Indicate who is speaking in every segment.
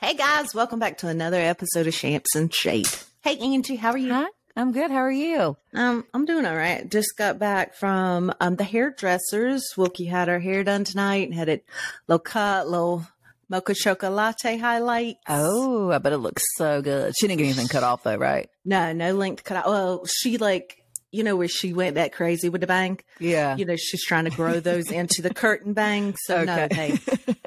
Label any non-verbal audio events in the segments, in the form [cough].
Speaker 1: Hey guys, welcome back to another episode of Champs and Shade. Hey Angie, how are you?
Speaker 2: Hi, I'm good. How are you?
Speaker 1: Um, I'm doing all right. Just got back from um the hairdressers. Wilkie had her hair done tonight and had it low cut, low mocha chocolate highlight.
Speaker 2: Oh, I bet it looks so good. She didn't get anything cut off though, right?
Speaker 1: No, no length cut. Well, she like you know where she went that crazy with the bang.
Speaker 2: Yeah.
Speaker 1: You know she's trying to grow those into the curtain bang. So no, hey, no,
Speaker 2: [laughs]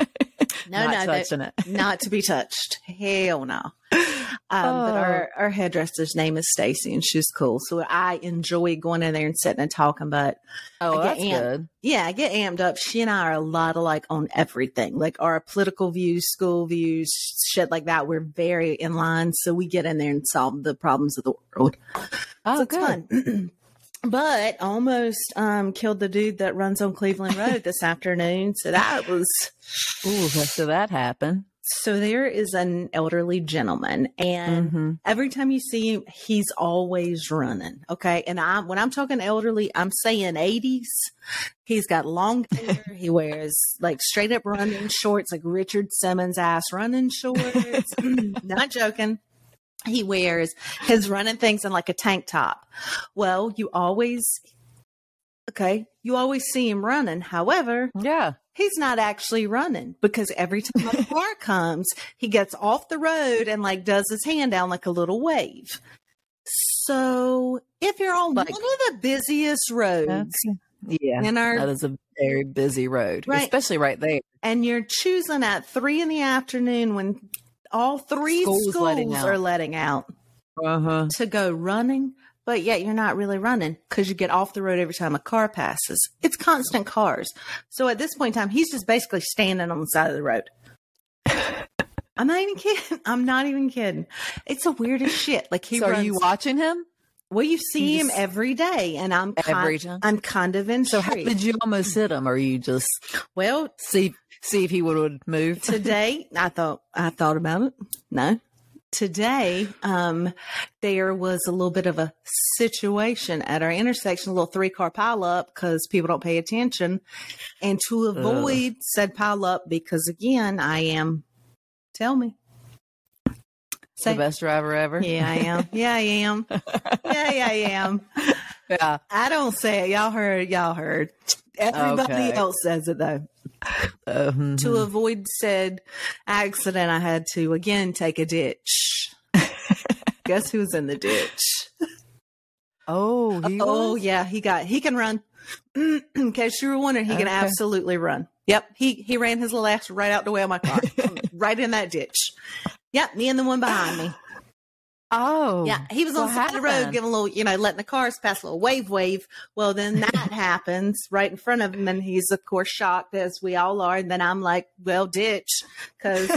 Speaker 2: Not
Speaker 1: no, they-
Speaker 2: touching it.
Speaker 1: not to be touched. Hell no. Um, But our,
Speaker 2: Oh.
Speaker 1: our hairdresser's name is Stacy, and she's cool. So I enjoy going in there and sitting and talking. But
Speaker 2: Oh, well,
Speaker 1: I get
Speaker 2: that's
Speaker 1: amped.
Speaker 2: good.
Speaker 1: yeah, I get amped up. She and I are a lot alike on everything, like our political views, school views, shit like that. We're very in line, so we get in there and solve the problems of the world.
Speaker 2: Oh,
Speaker 1: So it's
Speaker 2: good.
Speaker 1: fun. [clears throat] but almost um, killed the dude that runs on Cleveland Road this [laughs] afternoon. So that was
Speaker 2: Ooh, so that happened.
Speaker 1: so there is an elderly gentleman and
Speaker 2: hmm
Speaker 1: every time you see him he's always running okay and i when i'm talking elderly i'm saying 80s he's got long hair he wears like straight up running shorts like richard simmons ass running shorts not joking he wears his running things in like a tank top well you always okay you always see him running however
Speaker 2: Yeah.
Speaker 1: he's not actually running because every time
Speaker 2: [laughs]
Speaker 1: a car comes, he gets off the road and like does his hand down like a little wave. So if you're on
Speaker 2: Like-
Speaker 1: one of the busiest roads
Speaker 2: Yeah.
Speaker 1: in our
Speaker 2: That is a very busy road,
Speaker 1: Right.
Speaker 2: especially right there.
Speaker 1: and you're choosing at three in the afternoon when all three
Speaker 2: School's
Speaker 1: schools
Speaker 2: letting out.
Speaker 1: are letting out
Speaker 2: Uh huh.
Speaker 1: to go running, but yet you're not really running because you get off the road every time a car passes. It's constant cars. So at this point in time, he's just basically standing on the side of the road. [laughs] I'm not even kidding. I'm not even kidding. It's the weirdest shit. Like he
Speaker 2: So
Speaker 1: runs.
Speaker 2: are you watching him?
Speaker 1: well, you see
Speaker 2: you
Speaker 1: him
Speaker 2: just-
Speaker 1: every day, and I'm ki-
Speaker 2: Every time?
Speaker 1: I'm kind of in.
Speaker 2: So how did you almost hit him, or you just
Speaker 1: well,
Speaker 2: see see if he would would move?
Speaker 1: today i thought i thought about it no today um there was a little bit of a situation at our intersection a little three car pile up because people don't pay attention and to avoid said pile up because again i am tell me
Speaker 2: the
Speaker 1: Say-
Speaker 2: best driver ever.
Speaker 1: yeah i am yeah i am yeah, yeah i am
Speaker 2: Yeah.
Speaker 1: i don't say it y'all heard y'all heard everybody
Speaker 2: Okay.
Speaker 1: else says it though
Speaker 2: Uh, mhm.
Speaker 1: to avoid said accident, I had to again take a
Speaker 2: [laughs]
Speaker 1: ditch. Guess who's in the ditch?
Speaker 2: oh, he
Speaker 1: oh
Speaker 2: was?
Speaker 1: yeah, he got he can run. [clears throat] in case you were wondering, he can
Speaker 2: Okay.
Speaker 1: absolutely run. Yep, he he ran his little ass right out the way of my
Speaker 2: [laughs]
Speaker 1: car, right in that ditch. Yep, me and the one behind me.
Speaker 2: Oh,
Speaker 1: Yeah, he was on
Speaker 2: What
Speaker 1: the side of the road
Speaker 2: happened?
Speaker 1: giving a little, you know, letting the cars pass a little wave wave. Well, then that
Speaker 2: [laughs]
Speaker 1: happens right in front of him, and he's of course shocked as we all are. And then I'm like, "Well, ditch," because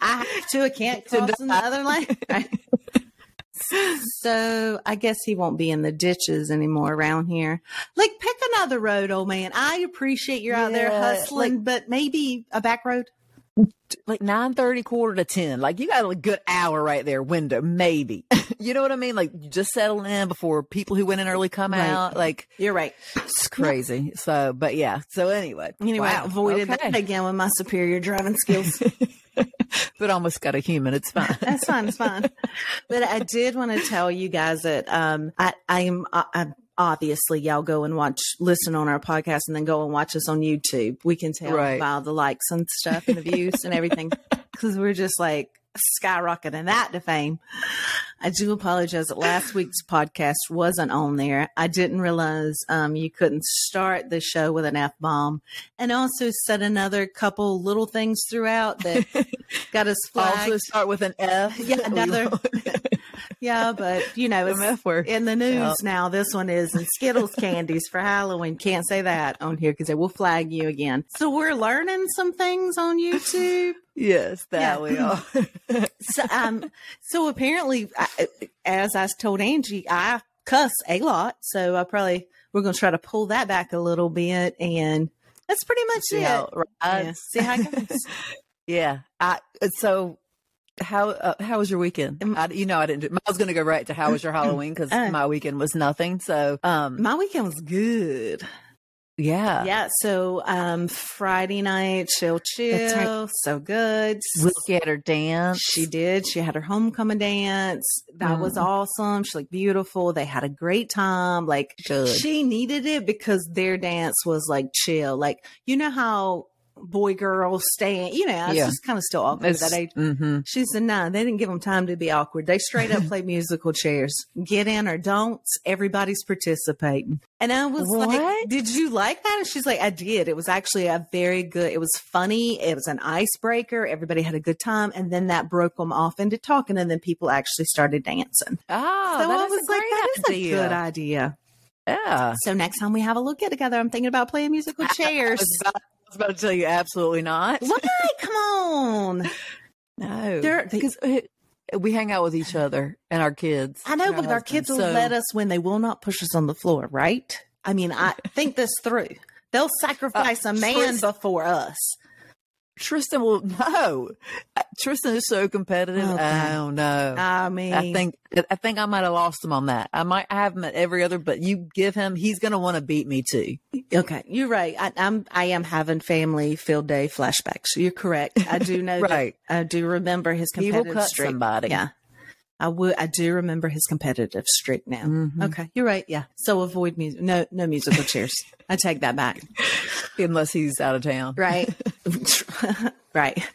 Speaker 1: I have to. I can't
Speaker 2: To
Speaker 1: cross in the
Speaker 2: die.
Speaker 1: other lane.
Speaker 2: [laughs]
Speaker 1: Right. So I guess he won't be in the ditches anymore around here. Like, pick another road, old man. I appreciate you're out there
Speaker 2: Yeah,
Speaker 1: hustling, but maybe a back road.
Speaker 2: [laughs] like nine thirty, quarter to ten. Like you got a good hour right there window, maybe. [laughs] you know what I mean? Like you just settle in before people who went in early come
Speaker 1: Right.
Speaker 2: out. Like
Speaker 1: You're right.
Speaker 2: [laughs] it's crazy. [laughs] So, but yeah. So anyway,
Speaker 1: Anyway,
Speaker 2: Wow.
Speaker 1: I avoided
Speaker 2: Okay.
Speaker 1: that again with my superior driving skills.
Speaker 2: But almost got a human. It's [laughs] fine.
Speaker 1: That's fine. It's fine. but I did want to tell you guys that um, I, I am. I, I'm obviously y'all go and watch, listen on our podcast, and then go and watch us on YouTube. We can tell
Speaker 2: Right.
Speaker 1: by the likes and stuff and the views and everything because we're just like skyrocketing that to fame. I do apologize that last week's podcast wasn't on there. I didn't realize um, you couldn't start the show with an F bomb and also said another couple little things throughout that got us flagged.
Speaker 2: [laughs] Also start with an F. [laughs]
Speaker 1: Yeah, another- Yeah, but you know,
Speaker 2: an
Speaker 1: it's
Speaker 2: F word.
Speaker 1: in the news
Speaker 2: Yep.
Speaker 1: now. This one is in Skittles candies for Halloween. Can't say that on here because they will flag you again. So we're learning some things on YouTube.
Speaker 2: Yes,
Speaker 1: Yeah.
Speaker 2: that we [laughs] are.
Speaker 1: so, um, so apparently, I, as I told Angie, I cuss a lot. So I probably we're going to try to pull that back a little bit, and that's pretty much
Speaker 2: See
Speaker 1: it.
Speaker 2: how it [laughs]
Speaker 1: Yeah,
Speaker 2: rides.
Speaker 1: see how it goes.
Speaker 2: Yeah. I uh, so How uh, how was your weekend? I, you know, I didn't. Do, I was going to go right to
Speaker 1: [clears throat]
Speaker 2: how was your Halloween because
Speaker 1: Uh.
Speaker 2: my weekend was nothing. So, um,
Speaker 1: My weekend was good.
Speaker 2: yeah,
Speaker 1: Yeah. So um Friday night, chill, chill.
Speaker 2: That's right.
Speaker 1: So good.
Speaker 2: Wilkie had her dance.
Speaker 1: She did. She had her homecoming dance. That was
Speaker 2: Mm.
Speaker 1: awesome. She looked beautiful. They had a great time. Like
Speaker 2: good.
Speaker 1: she needed it because their dance was like chill. Like you know how boy girl stand. You know, it's
Speaker 2: Yeah.
Speaker 1: just kind of still awkward at that age.
Speaker 2: hmm
Speaker 1: She's a nine. They didn't give them time to be awkward. They straight
Speaker 2: [laughs]
Speaker 1: up play musical chairs. Get in or don't. Everybody's participating. And I was like,
Speaker 2: What?
Speaker 1: Did you like that? And she's like, I did. It was actually a very good, it was funny. It was an icebreaker. Everybody had a good time. And then that broke them off into talking. And then people actually started dancing.
Speaker 2: Oh,
Speaker 1: so I
Speaker 2: that is
Speaker 1: was
Speaker 2: a
Speaker 1: like,
Speaker 2: great
Speaker 1: That is
Speaker 2: idea.
Speaker 1: a good idea.
Speaker 2: Yeah.
Speaker 1: So next time we have a little get together, I'm thinking about playing
Speaker 2: [laughs]
Speaker 1: musical
Speaker 2: I
Speaker 1: chairs.
Speaker 2: was, about, I was about to tell you, absolutely not.
Speaker 1: Why? Come on.
Speaker 2: No,
Speaker 1: They're- they-
Speaker 2: because we hang out with each other and our kids.
Speaker 1: I know,
Speaker 2: and
Speaker 1: but our
Speaker 2: husbands.
Speaker 1: kids will
Speaker 2: So-
Speaker 1: let us when they will not push us on the floor, right? I mean,
Speaker 2: [laughs]
Speaker 1: I think this through. They'll
Speaker 2: Uh,
Speaker 1: sacrifice a man
Speaker 2: Tris-
Speaker 1: before us.
Speaker 2: Tristan will [laughs] no. Uh, Tristan is so competitive.
Speaker 1: Okay.
Speaker 2: Oh no.
Speaker 1: I mean,
Speaker 2: I think I think I might have lost him on that. I might I have him at every other, but you give him, he's gonna want to beat me too.
Speaker 1: okay, you're right. I, I'm I am having family field day flashbacks. You're correct. I
Speaker 2: [laughs]
Speaker 1: do know
Speaker 2: Right?
Speaker 1: that. I do remember his
Speaker 2: He will
Speaker 1: competitive
Speaker 2: cut
Speaker 1: streak.
Speaker 2: somebody.
Speaker 1: Yeah, I would. I do remember his competitive streak now.
Speaker 2: Mhm.
Speaker 1: Okay, you're right. Yeah. So avoid music. No, no musical chairs. I take that back.
Speaker 2: [laughs] Unless he's out of town.
Speaker 1: Right. [laughs] right.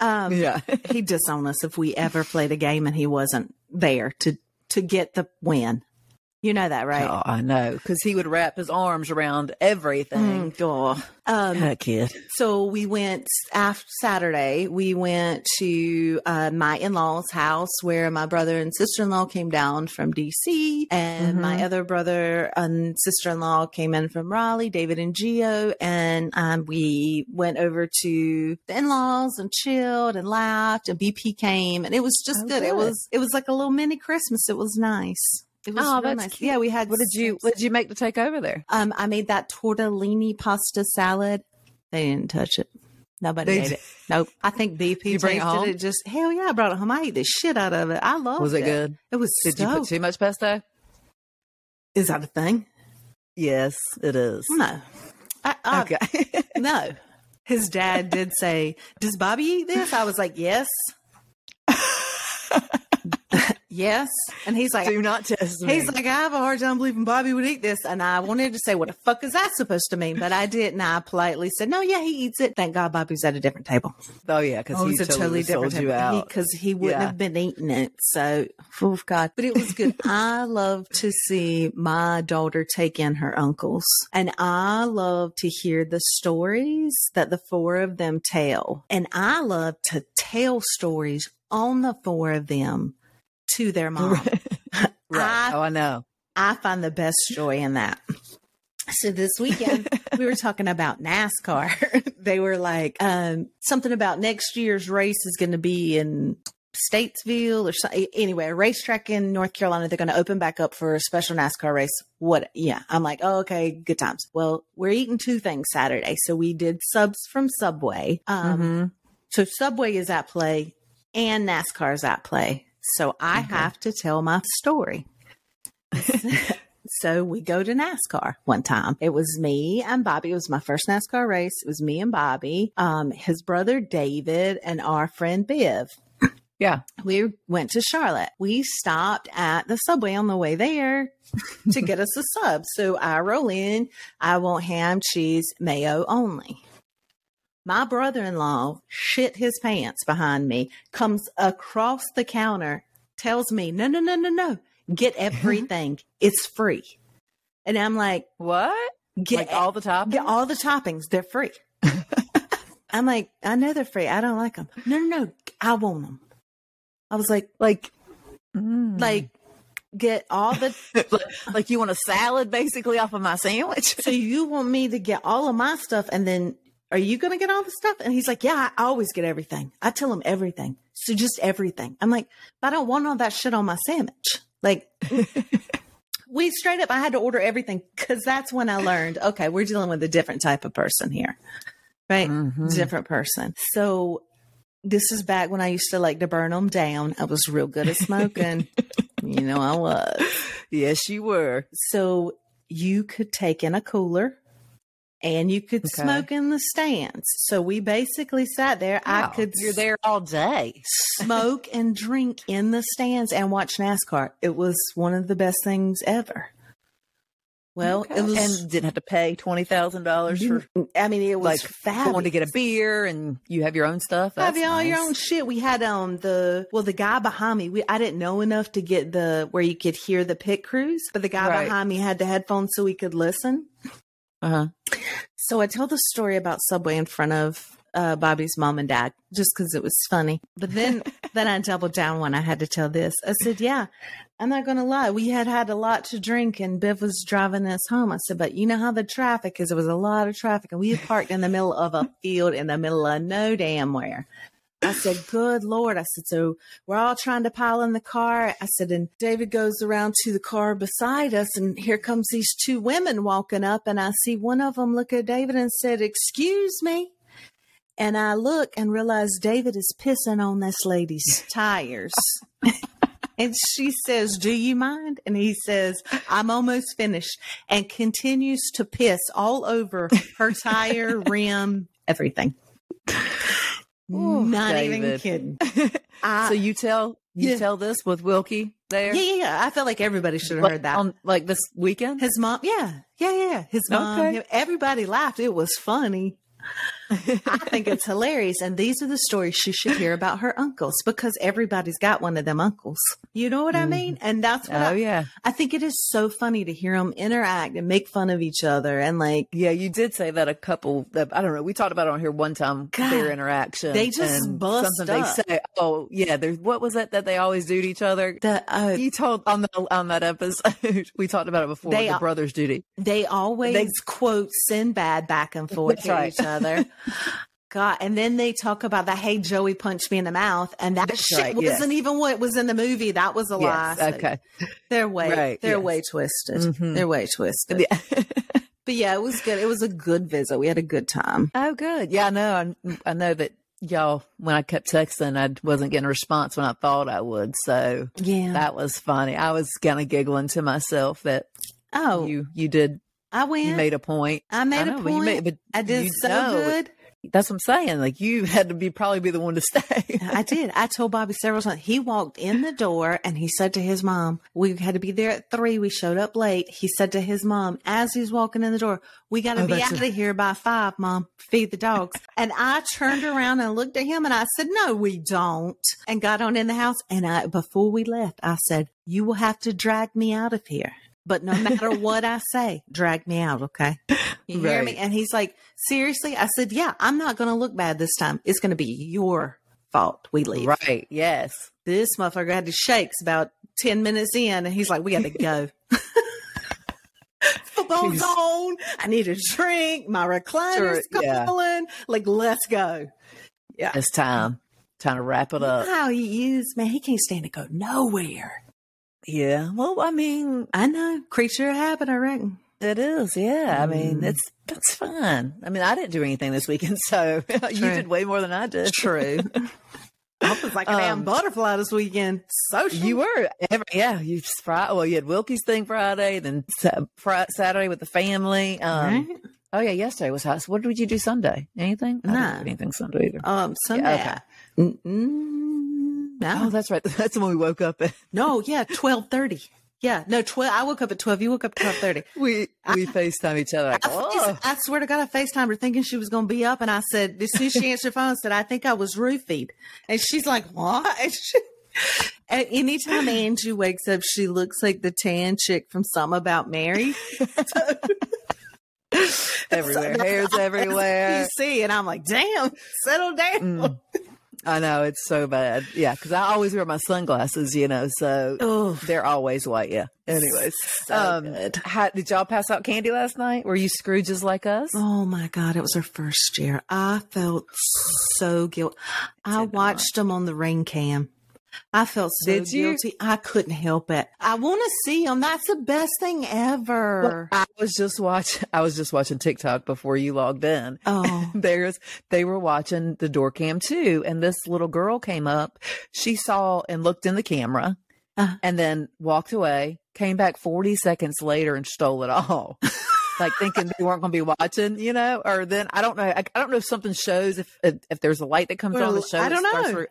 Speaker 1: Um,
Speaker 2: [laughs] Yeah.
Speaker 1: he disowned us if we ever played a game and he wasn't there to to get the win. You know that, right?
Speaker 2: Oh, I know. Because he would wrap his arms around everything.
Speaker 1: Mm, duh. Um,
Speaker 2: That kid.
Speaker 1: so we went after Saturday. We went to uh, my in law's house where my brother and sister in law came down from DC, and
Speaker 2: Mhm.
Speaker 1: my other brother and sister in law came in from Raleigh, David and Geo, and um, we went over to the in laws and chilled and laughed. And BP came, and it was just
Speaker 2: Oh,
Speaker 1: good. It
Speaker 2: good.
Speaker 1: was it was like a little mini Christmas. It was nice. It was
Speaker 2: Oh,
Speaker 1: real
Speaker 2: that's
Speaker 1: nice.
Speaker 2: cute.
Speaker 1: Yeah, we had.
Speaker 2: What did you what did you make to take over there?
Speaker 1: Um, I made that tortellini pasta salad. They didn't touch it. Nobody
Speaker 2: They
Speaker 1: ate
Speaker 2: d-
Speaker 1: it. Nope. I think BP
Speaker 2: you bring it
Speaker 1: tasted
Speaker 2: home?
Speaker 1: it. Just hell yeah, I brought it home. I ate the shit out of it. I loved
Speaker 2: Was it good?
Speaker 1: It was
Speaker 2: Did
Speaker 1: so.
Speaker 2: you put too much pesto?
Speaker 1: is that a thing?
Speaker 2: Yes, it is.
Speaker 1: No. I, I, [laughs]
Speaker 2: Okay.
Speaker 1: No. His dad did say, "Does Bobby eat this?" I was like, [laughs] "Yes." yes, and he's like,
Speaker 2: [laughs] Do not test me.
Speaker 1: He's like, I have a hard time believing Bobby would eat this. And I wanted to say, what the fuck is that supposed to mean? But I didn't. I politely said, no, yeah, he eats it. Thank God Bobby's at a different table.
Speaker 2: oh yeah, because he
Speaker 1: a
Speaker 2: totally, sold you out.
Speaker 1: Because he, wouldn't
Speaker 2: Yeah.
Speaker 1: have been eating it. So, oh, God. But it was [laughs] good. I love to see my daughter take in her uncles. And I love to hear the stories that the four of them tell. And I love to tell stories on the four of them to their mom.
Speaker 2: [laughs] right.
Speaker 1: I
Speaker 2: oh, I know.
Speaker 1: I find the best joy in that. So this weekend we were talking about NASCAR. [laughs] they were like um, something about next year's race is going to be in Statesville or something. Anyway, a racetrack in North Carolina. They're going to open back up for a special NASCAR race. What? Yeah, I'm like, oh, okay, good times. Well, we're eating two things Saturday, so we did subs from Subway. Um,
Speaker 2: Mhm.
Speaker 1: so Subway is at play and NASCAR is at play. So I
Speaker 2: Okay.
Speaker 1: have to tell my
Speaker 2: [laughs]
Speaker 1: story. so we go to NASCAR one time. It was me and Bobby. It was my first NASCAR race. It was me and Bobby, um, his brother David, and our friend Biv.
Speaker 2: [clears throat] Yeah.
Speaker 1: We went to Charlotte. We stopped at the subway on the way there to get us a sub. So I roll in. I want ham, cheese, mayo only. My brother in law shit his pants behind me, comes across the counter, tells me, no, no, no, no, no, get
Speaker 2: Mm-hmm.
Speaker 1: everything. it's free. And I'm like,
Speaker 2: What?
Speaker 1: get, e-"
Speaker 2: like all the top?
Speaker 1: get all the toppings. They're
Speaker 2: [laughs]
Speaker 1: free. I'm like, I know they're free. I don't like them. No, no, no. I want them. I was like,
Speaker 2: like, Mm.
Speaker 1: like, get all the
Speaker 2: [laughs] like, like you want a salad basically off of my sandwich? [laughs]
Speaker 1: so you want me to get all of my stuff and then are you going to get all the stuff? And he's like, yeah, I always get everything. I tell him everything. So just everything. I'm like, but I don't want all that shit on my sandwich. Like we straight up, I had to order everything because that's when I learned, okay, we're
Speaker 2: Mm-hmm.
Speaker 1: dealing with a different type of person here. Right.
Speaker 2: Mhm.
Speaker 1: Different person. So this is back when I used to like to burn them down. I was real good at smoking. you know, I was.
Speaker 2: Yes, you were.
Speaker 1: So you could take in a cooler and you could
Speaker 2: Okay.
Speaker 1: smoke in the stands. So we basically sat there.
Speaker 2: Wow,
Speaker 1: I could
Speaker 2: You're there all day.
Speaker 1: smoke and drink in the stands and watch NASCAR. It was one of the best things ever. Well, it was.
Speaker 2: and didn't have to pay twenty thousand dollars for
Speaker 1: I mean, it
Speaker 2: like
Speaker 1: was fabulous.
Speaker 2: going to get a beer, and you have your own stuff.
Speaker 1: have
Speaker 2: That's
Speaker 1: all your
Speaker 2: nice.
Speaker 1: own shit. We had um the well the guy behind me. We I didn't know enough to get the where you could hear the pit crews, but the guy
Speaker 2: Right.
Speaker 1: behind me had the headphones so we could listen.
Speaker 2: Uh-huh.
Speaker 1: So I tell the story about Subway in front of uh, Bobby's mom and dad just because it was funny. But
Speaker 2: [laughs]
Speaker 1: then then I doubled down when I had to tell this. I said, "Yeah, I'm not gonna lie. We had had a lot to drink, and Biff was driving us home. I said, but you know how the traffic is. It was a lot of traffic, and we had parked in the middle of a field in the middle of no damn where." I said, good Lord. I said, so we're all trying to pile in the car. I said, and David goes around to the car beside us, and here comes these two women walking up, and I see one of them look at David and said, excuse me. And I look and realize David is pissing on this lady's
Speaker 2: [laughs]
Speaker 1: tires. and she says, Do you mind? And he says, I'm almost finished, and continues to piss all over her
Speaker 2: [laughs]
Speaker 1: tire, rim, everything.
Speaker 2: Ooh,
Speaker 1: Not even
Speaker 2: David.
Speaker 1: kidding.
Speaker 2: [laughs] so
Speaker 1: I,
Speaker 2: you tell you
Speaker 1: Yeah.
Speaker 2: tell this with Wilkie there.
Speaker 1: yeah, yeah, yeah. I felt like everybody should have
Speaker 2: Like,
Speaker 1: heard that.
Speaker 2: on like this weekend.
Speaker 1: his mom, yeah, yeah, yeah. His mom,
Speaker 2: Okay.
Speaker 1: him- everybody laughed. It was funny. I think it's hilarious. And these are the stories she should hear about her uncles because everybody's got one of them uncles. You know what I mean? And that's what I,
Speaker 2: [laughs] Mm-hmm. oh yeah,
Speaker 1: I think it is so funny to hear them interact and make fun of each other and like
Speaker 2: yeah. You did say that a couple. I don't know. We talked about it on here one time.
Speaker 1: God,
Speaker 2: their interaction.
Speaker 1: they just
Speaker 2: and
Speaker 1: bust
Speaker 2: something
Speaker 1: up.
Speaker 2: They say, oh yeah. There's what was that that they always do to each other.
Speaker 1: the uh,
Speaker 2: You told on the on that episode. [laughs] We talked about it before.
Speaker 1: They
Speaker 2: the
Speaker 1: are-
Speaker 2: brothers' duty.
Speaker 1: they always
Speaker 2: They-
Speaker 1: quote Sinbad back and forth
Speaker 2: That's
Speaker 1: to
Speaker 2: right.
Speaker 1: each other. [laughs] God, and then they talk about the hey Joey punched me in the mouth, and that
Speaker 2: That's
Speaker 1: shit
Speaker 2: right, yes.
Speaker 1: wasn't even what was in the movie. That was a lie.
Speaker 2: Yes.
Speaker 1: So
Speaker 2: Okay.
Speaker 1: they're way
Speaker 2: Right,
Speaker 1: they're
Speaker 2: yes.
Speaker 1: way twisted.
Speaker 2: Mhm.
Speaker 1: They're way twisted.
Speaker 2: Yeah. [laughs]
Speaker 1: But yeah, it was good. It was a good visit. We had a good time.
Speaker 2: Oh, good. Yeah, I know. I, I know that y'all. When I kept texting, I wasn't getting a response when I thought I would. So
Speaker 1: Yeah.
Speaker 2: that was funny. I was kind of giggling to myself that
Speaker 1: oh,
Speaker 2: you you did
Speaker 1: I went.
Speaker 2: you made a point.
Speaker 1: I made
Speaker 2: I
Speaker 1: a
Speaker 2: know, but you
Speaker 1: point.
Speaker 2: made- but
Speaker 1: I did
Speaker 2: you
Speaker 1: so
Speaker 2: know it-
Speaker 1: good.
Speaker 2: That's what I'm saying. Like you [laughs] had to be probably be the one to stay.
Speaker 1: I did. I told Bobby several times. He walked in the door and he said to his mom, We had to be there at three. We showed up late. He said to his mom, as he's walking in the door, We got to
Speaker 2: Oh,
Speaker 1: be
Speaker 2: that's
Speaker 1: out of here by five, mom. Feed the
Speaker 2: [laughs]
Speaker 1: dogs. and I turned around and looked at him and I said, No, we don't. And got on in the house. And I, before we left, I said, You will have to drag me out of here. But no
Speaker 2: [laughs]
Speaker 1: matter what I say, drag me out, okay? You hear me?
Speaker 2: Right.
Speaker 1: And he's like, seriously? I said, yeah, I'm not going to look bad this time. It's going to be your fault. We leave.
Speaker 2: [laughs] right. Yes.
Speaker 1: This motherfucker had to shakes about 10 minutes in, and he's like, we got to go. [laughs] Football's
Speaker 2: He's-
Speaker 1: on. I need a drink. My recliner's
Speaker 2: Sure, yeah.
Speaker 1: calling. Like, let's go.
Speaker 2: It's time. Time to wrap it up.
Speaker 1: How he is, man. He can't stand to go nowhere.
Speaker 2: Yeah. Well, I mean,
Speaker 1: I know. Creature of habit, I reckon.
Speaker 2: it is. Yeah. I mean,
Speaker 1: Mm.
Speaker 2: it's that's fun. I mean, I didn't do anything this weekend, [laughs] so you
Speaker 1: True.
Speaker 2: did way more than I
Speaker 1: [laughs]
Speaker 2: did.
Speaker 1: True. I was like a damn
Speaker 2: Um,
Speaker 1: butterfly this weekend. Social.
Speaker 2: You were, every, yeah. You Friday. Well, you had Wilkie's thing Friday, then Sa- Fri- Saturday with the family. Um,
Speaker 1: Right?
Speaker 2: Oh yeah, yesterday was house. What did you do Sunday? Anything? I didn't
Speaker 1: Nah.
Speaker 2: do anything Sunday either.
Speaker 1: Um, Sunday.
Speaker 2: okay.
Speaker 1: Mm, mm,
Speaker 2: Oh,
Speaker 1: no.
Speaker 2: that's right. [laughs] That's when we woke up.
Speaker 1: no, yeah, twelve thirty. Yeah, no, twelve. I woke up at twelve. You woke up at twelve thirty.
Speaker 2: [laughs] We we Facetime each other. Like,
Speaker 1: I,
Speaker 2: oh,
Speaker 1: I swear to God, I Facetimed her thinking she was going to be up, and I said, as soon as she answered the phone, I said, "I think I was roofied," and she's like, "What?" And she- and anytime Angie wakes up, she looks like the tan chick from Some About Mary.
Speaker 2: everywhere, hairs
Speaker 1: [laughs]
Speaker 2: everywhere.
Speaker 1: You see, and I'm like, "Damn, settle down."
Speaker 2: Mm. I know it's so bad. Yeah, because I always wear my sunglasses. You know, so
Speaker 1: Oh,
Speaker 2: they're always white. Yeah. Anyways,
Speaker 1: so good.
Speaker 2: How, did y'all pass out candy last night? Were you Scrooges like us?
Speaker 1: Oh my God, it was her first year. I felt so guilty. I
Speaker 2: Did not.
Speaker 1: watched them on the ring cam. I felt so
Speaker 2: Did you?
Speaker 1: guilty. I couldn't help it. I want to see him. That's the best thing ever.
Speaker 2: I was just watching. [laughs] I was just watching TikTok before you logged in.
Speaker 1: oh,
Speaker 2: [laughs] There's they were watching the door cam too, and this little girl came up. She saw and looked in the camera,
Speaker 1: Uh-huh.
Speaker 2: and then walked away. Came back 40 seconds later and stole
Speaker 1: [laughs]
Speaker 2: it all. like thinking they weren't going to be watching, you know. Or then I don't know. I, I don't know if something shows if if, if there's a light that comes
Speaker 1: Or
Speaker 2: on the
Speaker 1: l-
Speaker 2: show.
Speaker 1: I
Speaker 2: that
Speaker 1: don't
Speaker 2: starts
Speaker 1: know.
Speaker 2: re-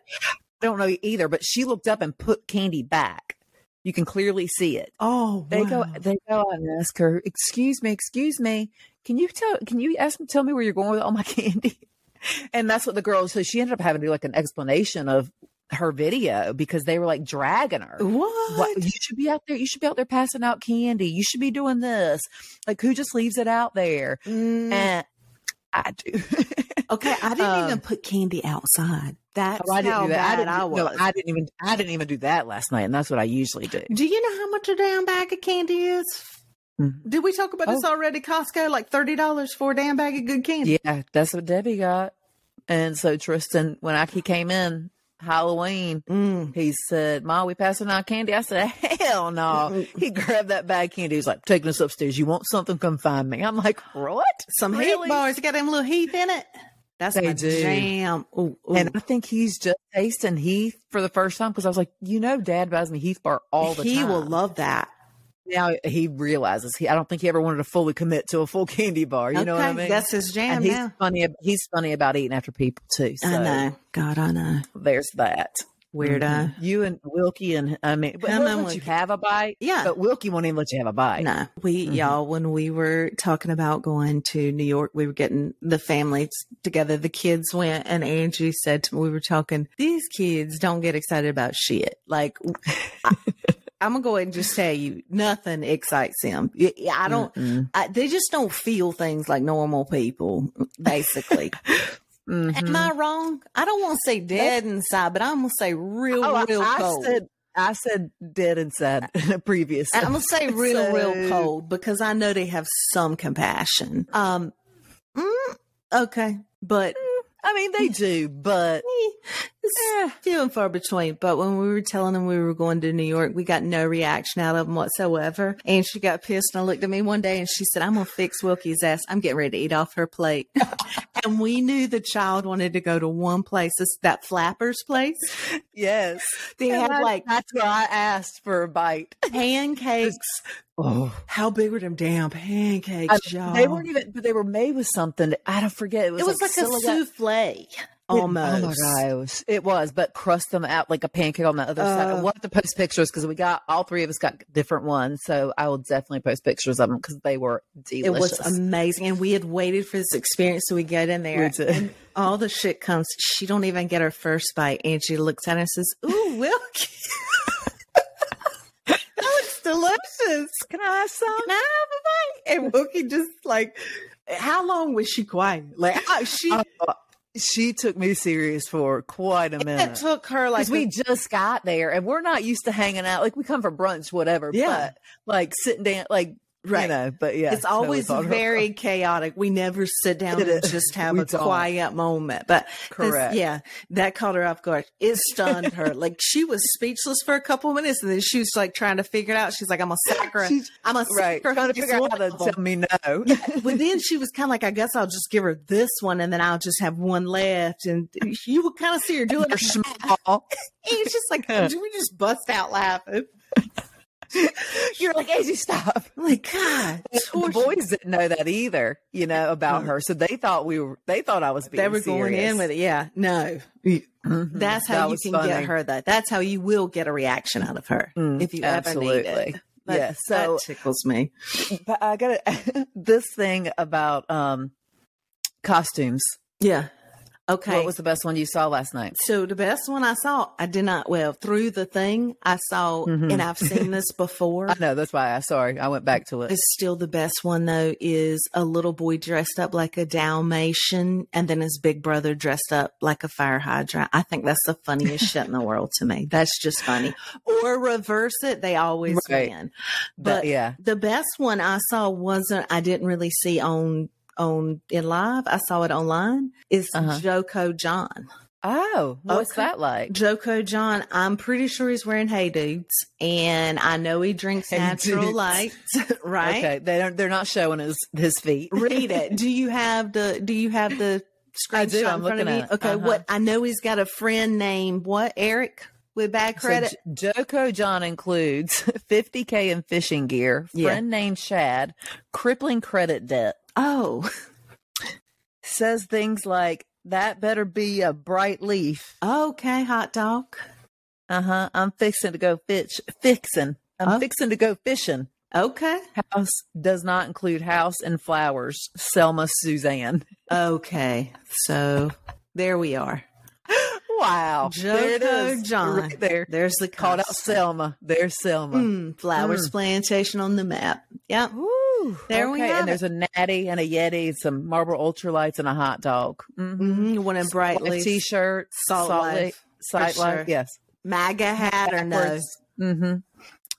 Speaker 2: I don't know either. But she looked up and put candy back. You can clearly see it.
Speaker 1: oh,
Speaker 2: They
Speaker 1: wow.
Speaker 2: go they go out and ask her, excuse me, excuse me, can you tell can you ask tell me where you're going with all my [laughs] candy? And that's what the girl so she ended up having to do like an explanation of her video because they were like dragging her.
Speaker 1: What?
Speaker 2: What, you should be out there. You should be out there passing out candy. You should be doing this. Like, who just leaves it out there?
Speaker 1: Mm,
Speaker 2: And I do. [laughs]
Speaker 1: okay, I didn't
Speaker 2: um,
Speaker 1: even put candy outside. That's
Speaker 2: Oh, I didn't
Speaker 1: how
Speaker 2: do that. I
Speaker 1: bad
Speaker 2: didn't,
Speaker 1: I, was.
Speaker 2: no, I didn't even. I didn't even do that last night, and that's what I usually do.
Speaker 1: Do you know how much a damn bag of candy is?
Speaker 2: Mhm.
Speaker 1: Did we talk about this already? Costco, like thirty dollars for a damn bag of good candy.
Speaker 2: Yeah, that's what Debbie got. And so Tristan, when I, he came in Halloween,
Speaker 1: Mm.
Speaker 2: he said, "Ma, we passing out candy." I said, "Hell no!" [laughs] he grabbed that bag of candy. He's like, "Taking us upstairs. You want something? Come find me." I'm like, "What?"
Speaker 1: Some
Speaker 2: Really?
Speaker 1: heat bars. It got them little heat in it. That's
Speaker 2: They
Speaker 1: my
Speaker 2: do.
Speaker 1: jam. Ooh, ooh.
Speaker 2: And I think he's just tasting Heath for the first time because I was like, you know, Dad buys me Heath bar all the
Speaker 1: he
Speaker 2: time.
Speaker 1: will love that.
Speaker 2: Now he realizes he. I don't think he ever wanted to fully commit to a full [laughs] candy bar. You know what I
Speaker 1: Okay,
Speaker 2: mean?
Speaker 1: That's his jam
Speaker 2: and he's
Speaker 1: now.
Speaker 2: funny. He's funny about eating after people too. So
Speaker 1: I know. God, I know. Mm-hmm.
Speaker 2: there's that.
Speaker 1: Weird eye.
Speaker 2: Mhm. You and Wilkie and I mean, but
Speaker 1: Him
Speaker 2: he'll
Speaker 1: and
Speaker 2: let you
Speaker 1: Wilkie.
Speaker 2: have a bite.
Speaker 1: Yeah.
Speaker 2: but Wilkie won't even let you have a bite.
Speaker 1: No, we
Speaker 2: Mhm.
Speaker 1: y'all when we were talking about going to New York, we were getting the families together. The kids went, and Angie said to me, we were talking. These kids don't get excited about shit. Like
Speaker 2: [laughs]
Speaker 1: I, am gonna go ahead and just tell you, nothing excites them. Y- y- I don't.
Speaker 2: Mm-mm.
Speaker 1: I, they just don't feel things like normal people.
Speaker 2: [laughs]
Speaker 1: Basically,
Speaker 2: Mm-hmm. Mhm.
Speaker 1: am I wrong? I don't want to say dead inside, but I'm gonna say real,
Speaker 2: Oh, I,
Speaker 1: real
Speaker 2: I
Speaker 1: cold.
Speaker 2: said I said dead inside [laughs] previous.
Speaker 1: I'm gonna [laughs] say real,
Speaker 2: So-
Speaker 1: real cold because I know they have some compassion. Um, mm, okay, but
Speaker 2: I mean, they do, but
Speaker 1: eh,
Speaker 2: Eh.
Speaker 1: it's few and far between. But when we were telling them we were going to New York, we got no reaction out of them whatsoever. And she got pissed and looked at me one day and she said, "I'm gonna fix Wilkie's ass. I'm getting ready to eat off her plate." [laughs] and we knew the child wanted to go to one place. It's that Flappers place.
Speaker 2: yes,
Speaker 1: They
Speaker 2: And
Speaker 1: had
Speaker 2: I-
Speaker 1: [laughs] like
Speaker 2: that's where I asked for a bite.
Speaker 1: pancakes.
Speaker 2: Oh,
Speaker 1: How big were them damn
Speaker 2: I-
Speaker 1: pancakes, y'all?
Speaker 2: they weren't even, but they were made with something. that- I don't forget. It was,
Speaker 1: It was like, a
Speaker 2: silhouette-
Speaker 1: souffle
Speaker 2: It-
Speaker 1: almost.
Speaker 2: Oh my god, it was, it was, but crust them out like a pancake on the other
Speaker 1: Uh.
Speaker 2: side. We'll have to post pictures because we got all three of us got different ones, so I will definitely post pictures of them because they were
Speaker 1: It
Speaker 2: delicious.
Speaker 1: was amazing, and we had waited for this experience, so we get in there.
Speaker 2: We did.
Speaker 1: and all the shit comes. She don't even get her first bite, and she looks at her and says, "Ooh, Wilkie, [laughs] that was delicious.
Speaker 2: Can I have some?
Speaker 1: Can I have a bite?" And Wilkie just like, how long was she quiet? Like I- she,
Speaker 2: Oh, she took me serious for quite a
Speaker 1: it
Speaker 2: minute.
Speaker 1: took her like
Speaker 2: Because we just got there and we're not used to hanging out. Like we come for brunch, whatever.
Speaker 1: Yeah.
Speaker 2: But like sitting down, like you
Speaker 1: Right.
Speaker 2: know. But yeah,
Speaker 1: it's
Speaker 2: so we
Speaker 1: always
Speaker 2: thought-
Speaker 1: very chaotic. We never sit down
Speaker 2: It
Speaker 1: and
Speaker 2: is.
Speaker 1: just have
Speaker 2: We
Speaker 1: a
Speaker 2: don't.
Speaker 1: quiet moment. But this-
Speaker 2: [laughs] Correct.
Speaker 1: yeah, that caught her off guard. It stunned her.
Speaker 2: [laughs]
Speaker 1: like she was speechless for a couple of minutes, and then she was like trying to figure it out. She's like, "I'm
Speaker 2: [laughs]
Speaker 1: a sucker.
Speaker 2: She's-
Speaker 1: I'm a
Speaker 2: right.
Speaker 1: sucker."
Speaker 2: Trying to figure out how to [laughs] tell me no.
Speaker 1: but then she was kind of like, "I guess I'll just give her this one, and then I'll just have one left." And you would kind of see her doing
Speaker 2: You're
Speaker 1: it.
Speaker 2: small.
Speaker 1: It's just like we just bust out laughing.
Speaker 2: [laughs] You're like, Angie, stop.
Speaker 1: I'm like God,
Speaker 2: [laughs] the
Speaker 1: torture.
Speaker 2: boys didn't know that either, you know, about
Speaker 1: Mm.
Speaker 2: her. So they thought we were, they thought I was being
Speaker 1: they were going in with it. Yeah, no.
Speaker 2: Mhm.
Speaker 1: That's
Speaker 2: That
Speaker 1: how you
Speaker 2: was
Speaker 1: can
Speaker 2: funny.
Speaker 1: get her though. That's how you will get a reaction out of her
Speaker 2: Mm,
Speaker 1: if you ever need
Speaker 2: absolutely.
Speaker 1: it. That,
Speaker 2: yeah. So
Speaker 1: that tickles me.
Speaker 2: but I got [laughs] this thing about um costumes.
Speaker 1: Yeah. Okay.
Speaker 2: What was the best one you saw last night?
Speaker 1: so the best one I saw, I did not well through the thing I saw,
Speaker 2: Mhm.
Speaker 1: and I've seen
Speaker 2: [laughs]
Speaker 1: this before.
Speaker 2: I know that's why I sorry I went back to it.
Speaker 1: It's still the best one though. Is a little boy dressed up like a Dalmatian, and then his big brother dressed up like a fire hydrant. I think that's the funniest shit in the world to me. That's just funny. Or reverse it, they always
Speaker 2: Right.
Speaker 1: win.
Speaker 2: But,
Speaker 1: But
Speaker 2: yeah,
Speaker 1: The best one I saw wasn't I didn't really see on on in live. I saw it online. Is
Speaker 2: Uh-huh.
Speaker 1: Joko John.
Speaker 2: Oh, what's
Speaker 1: Okay.
Speaker 2: that like?
Speaker 1: Joko John, I'm pretty sure he's wearing Hey Dudes, and I know he drinks
Speaker 2: Hey
Speaker 1: natural
Speaker 2: Dudes.
Speaker 1: light, [laughs] right?
Speaker 2: Okay, they don't, they're not showing his his feet.
Speaker 1: Read it. Do you have the Do you have the screenshot
Speaker 2: [laughs] I do. I'm
Speaker 1: in front of
Speaker 2: looking
Speaker 1: you?
Speaker 2: at it.
Speaker 1: Okay,
Speaker 2: Uh-huh.
Speaker 1: what I know he's got a friend named what Eric with bad credit.
Speaker 2: So J- Joko John includes [laughs] 50k in fishing gear,
Speaker 1: Yeah.
Speaker 2: friend named Shad, crippling credit debt.
Speaker 1: oh,
Speaker 2: Says things like that better be a bright leaf.
Speaker 1: okay, hot dog.
Speaker 2: Uh huh. I'm fixing to go fish. Fixing. I'm
Speaker 1: Oh.
Speaker 2: fixing to go fishing.
Speaker 1: Okay,
Speaker 2: House does not include house and flowers. Selma Suzanne.
Speaker 1: okay. So there we are.
Speaker 2: [laughs] Wow. there it
Speaker 1: Joko
Speaker 2: is.
Speaker 1: John.
Speaker 2: Right there.
Speaker 1: There's the
Speaker 2: Called out
Speaker 1: cost.
Speaker 2: Selma. There's Selma.
Speaker 1: Mm,
Speaker 2: Hmm.
Speaker 1: flowers plantation on the map. Yep.
Speaker 2: Woo.
Speaker 1: There we have
Speaker 2: And there's a natty and a yeti, some Marlboro Ultralights, and a hot dog. Mm-hmm.
Speaker 1: Mm-hmm. One in bright
Speaker 2: T shirt,
Speaker 1: Salt Life,
Speaker 2: Sight
Speaker 1: for sure.
Speaker 2: Life. Yes.
Speaker 1: MAGA hat or no?
Speaker 2: Backwards. Mm-hmm.